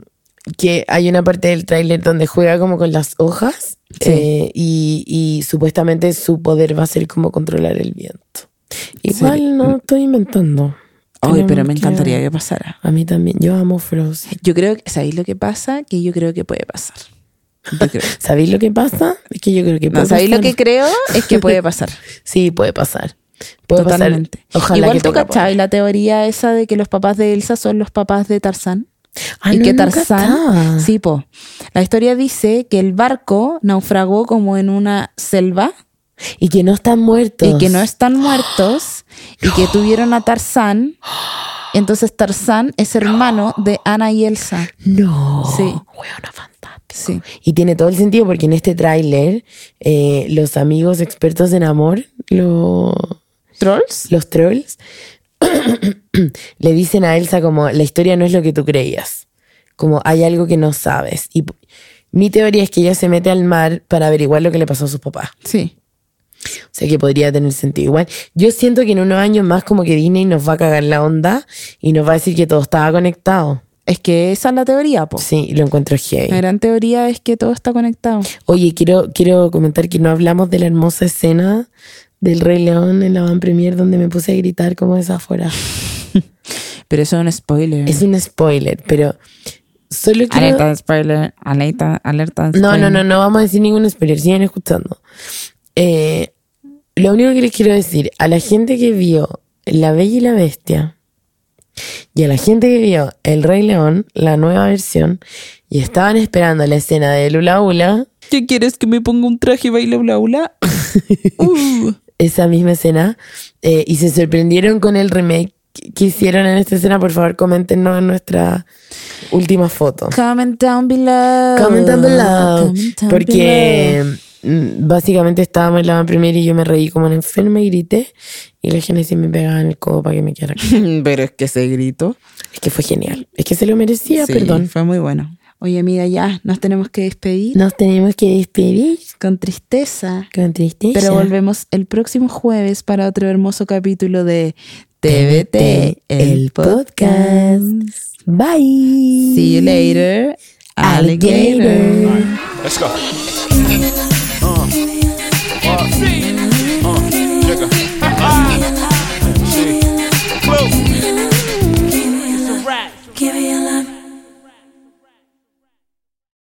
Speaker 2: que hay una parte del tráiler donde juega como con las hojas
Speaker 1: Sí.
Speaker 2: eh, y, y supuestamente su poder va a ser como controlar el viento. Igual no estoy inventando.
Speaker 1: Ay,
Speaker 2: Tenemos
Speaker 1: pero me
Speaker 2: que-
Speaker 1: encantaría que pasara.
Speaker 2: A mí también, yo amo Frozen.
Speaker 1: Yo creo que, ¿sabéis lo que pasa? Que yo creo que puede pasar. Yo creo.
Speaker 2: *laughs* ¿Sabéis lo que pasa? Es que yo creo que
Speaker 1: No,
Speaker 2: puede
Speaker 1: ¿Sabéis lo
Speaker 2: pasar.
Speaker 1: que creo? Es que puede pasar.
Speaker 2: Sí, puede pasar. Puede
Speaker 1: Totalmente.
Speaker 2: pasar. Ojalá
Speaker 1: Igual
Speaker 2: que
Speaker 1: tú
Speaker 2: tenga poder.
Speaker 1: cachabas la teoría esa de que los papás de Elsa son los papás de Tarzán.
Speaker 2: Ah,
Speaker 1: y
Speaker 2: no,
Speaker 1: que
Speaker 2: nunca
Speaker 1: Tarzán.
Speaker 2: estaba.
Speaker 1: Sí, po. La historia dice que el barco naufragó como en una selva
Speaker 2: Y que no están muertos.
Speaker 1: y que no están muertos y que tuvieron a Tarzán. Entonces Tarzán es hermano de Ana y Elsa.
Speaker 2: No.
Speaker 1: Sí.
Speaker 2: Hueona, fantástico.
Speaker 1: Sí.
Speaker 2: Y tiene todo el sentido porque en este tráiler eh, los amigos expertos en amor, lo-
Speaker 1: ¿Trolls?
Speaker 2: los trolls, *coughs* le dicen a Elsa como la historia no es lo que tú creías. Como hay algo que no sabes. Y p- mi teoría es que ella se mete al mar para averiguar lo que le pasó a sus papás.
Speaker 1: Sí.
Speaker 2: O sea que podría tener sentido. Igual, yo siento que en unos años más como que Disney nos va a cagar la onda y nos va a decir que todo estaba conectado.
Speaker 1: Es que esa es la teoría, po.
Speaker 2: Sí, lo encuentro heavy.
Speaker 1: La gran teoría es que todo está conectado.
Speaker 2: Oye, quiero, quiero comentar que no hablamos de la hermosa escena del Rey León en la van premier donde me puse a gritar como desaforada.
Speaker 1: Pero eso es un spoiler.
Speaker 2: Es un spoiler, pero solo quiero...
Speaker 1: Alerta de spoiler, alerta, alerta de
Speaker 2: No,
Speaker 1: spoiler.
Speaker 2: no, no, no vamos a decir ningún spoiler, sigan escuchando. Eh, lo único que les quiero decir, a la gente que vio La Bella y la Bestia y a la gente que vio El Rey León, la nueva versión, y estaban esperando la escena de Lula Ula,
Speaker 1: ¿Qué quieres que me ponga un traje y baile bla
Speaker 2: *laughs*
Speaker 1: bla? Uh.
Speaker 2: esa misma escena eh, y se sorprendieron con el remake que que hicieron en esta escena, por favor, coméntenos en nuestra última foto.
Speaker 1: Comment down below.
Speaker 2: Comment down below.
Speaker 1: Comment down
Speaker 2: Porque mm, básicamente estábamos en la primera y yo me reí como una enferma y grité. Y la gente sí me pegaba en el codo para que me quedara. callada.
Speaker 1: below. *laughs* Pero es que ese grito.
Speaker 2: Es que fue genial. Es que se lo merecía,
Speaker 1: sí,
Speaker 2: perdón.
Speaker 1: Fue muy bueno. Oye, amiga, ya nos tenemos que despedir
Speaker 2: Nos tenemos que despedir
Speaker 1: con tristeza.
Speaker 2: con tristeza.
Speaker 1: Pero volvemos el próximo jueves para otro hermoso capítulo de TVT, el podcast.
Speaker 2: Bye.
Speaker 1: See you later, alligator.
Speaker 2: Alligator.
Speaker 5: Let's go.
Speaker 4: Let's go.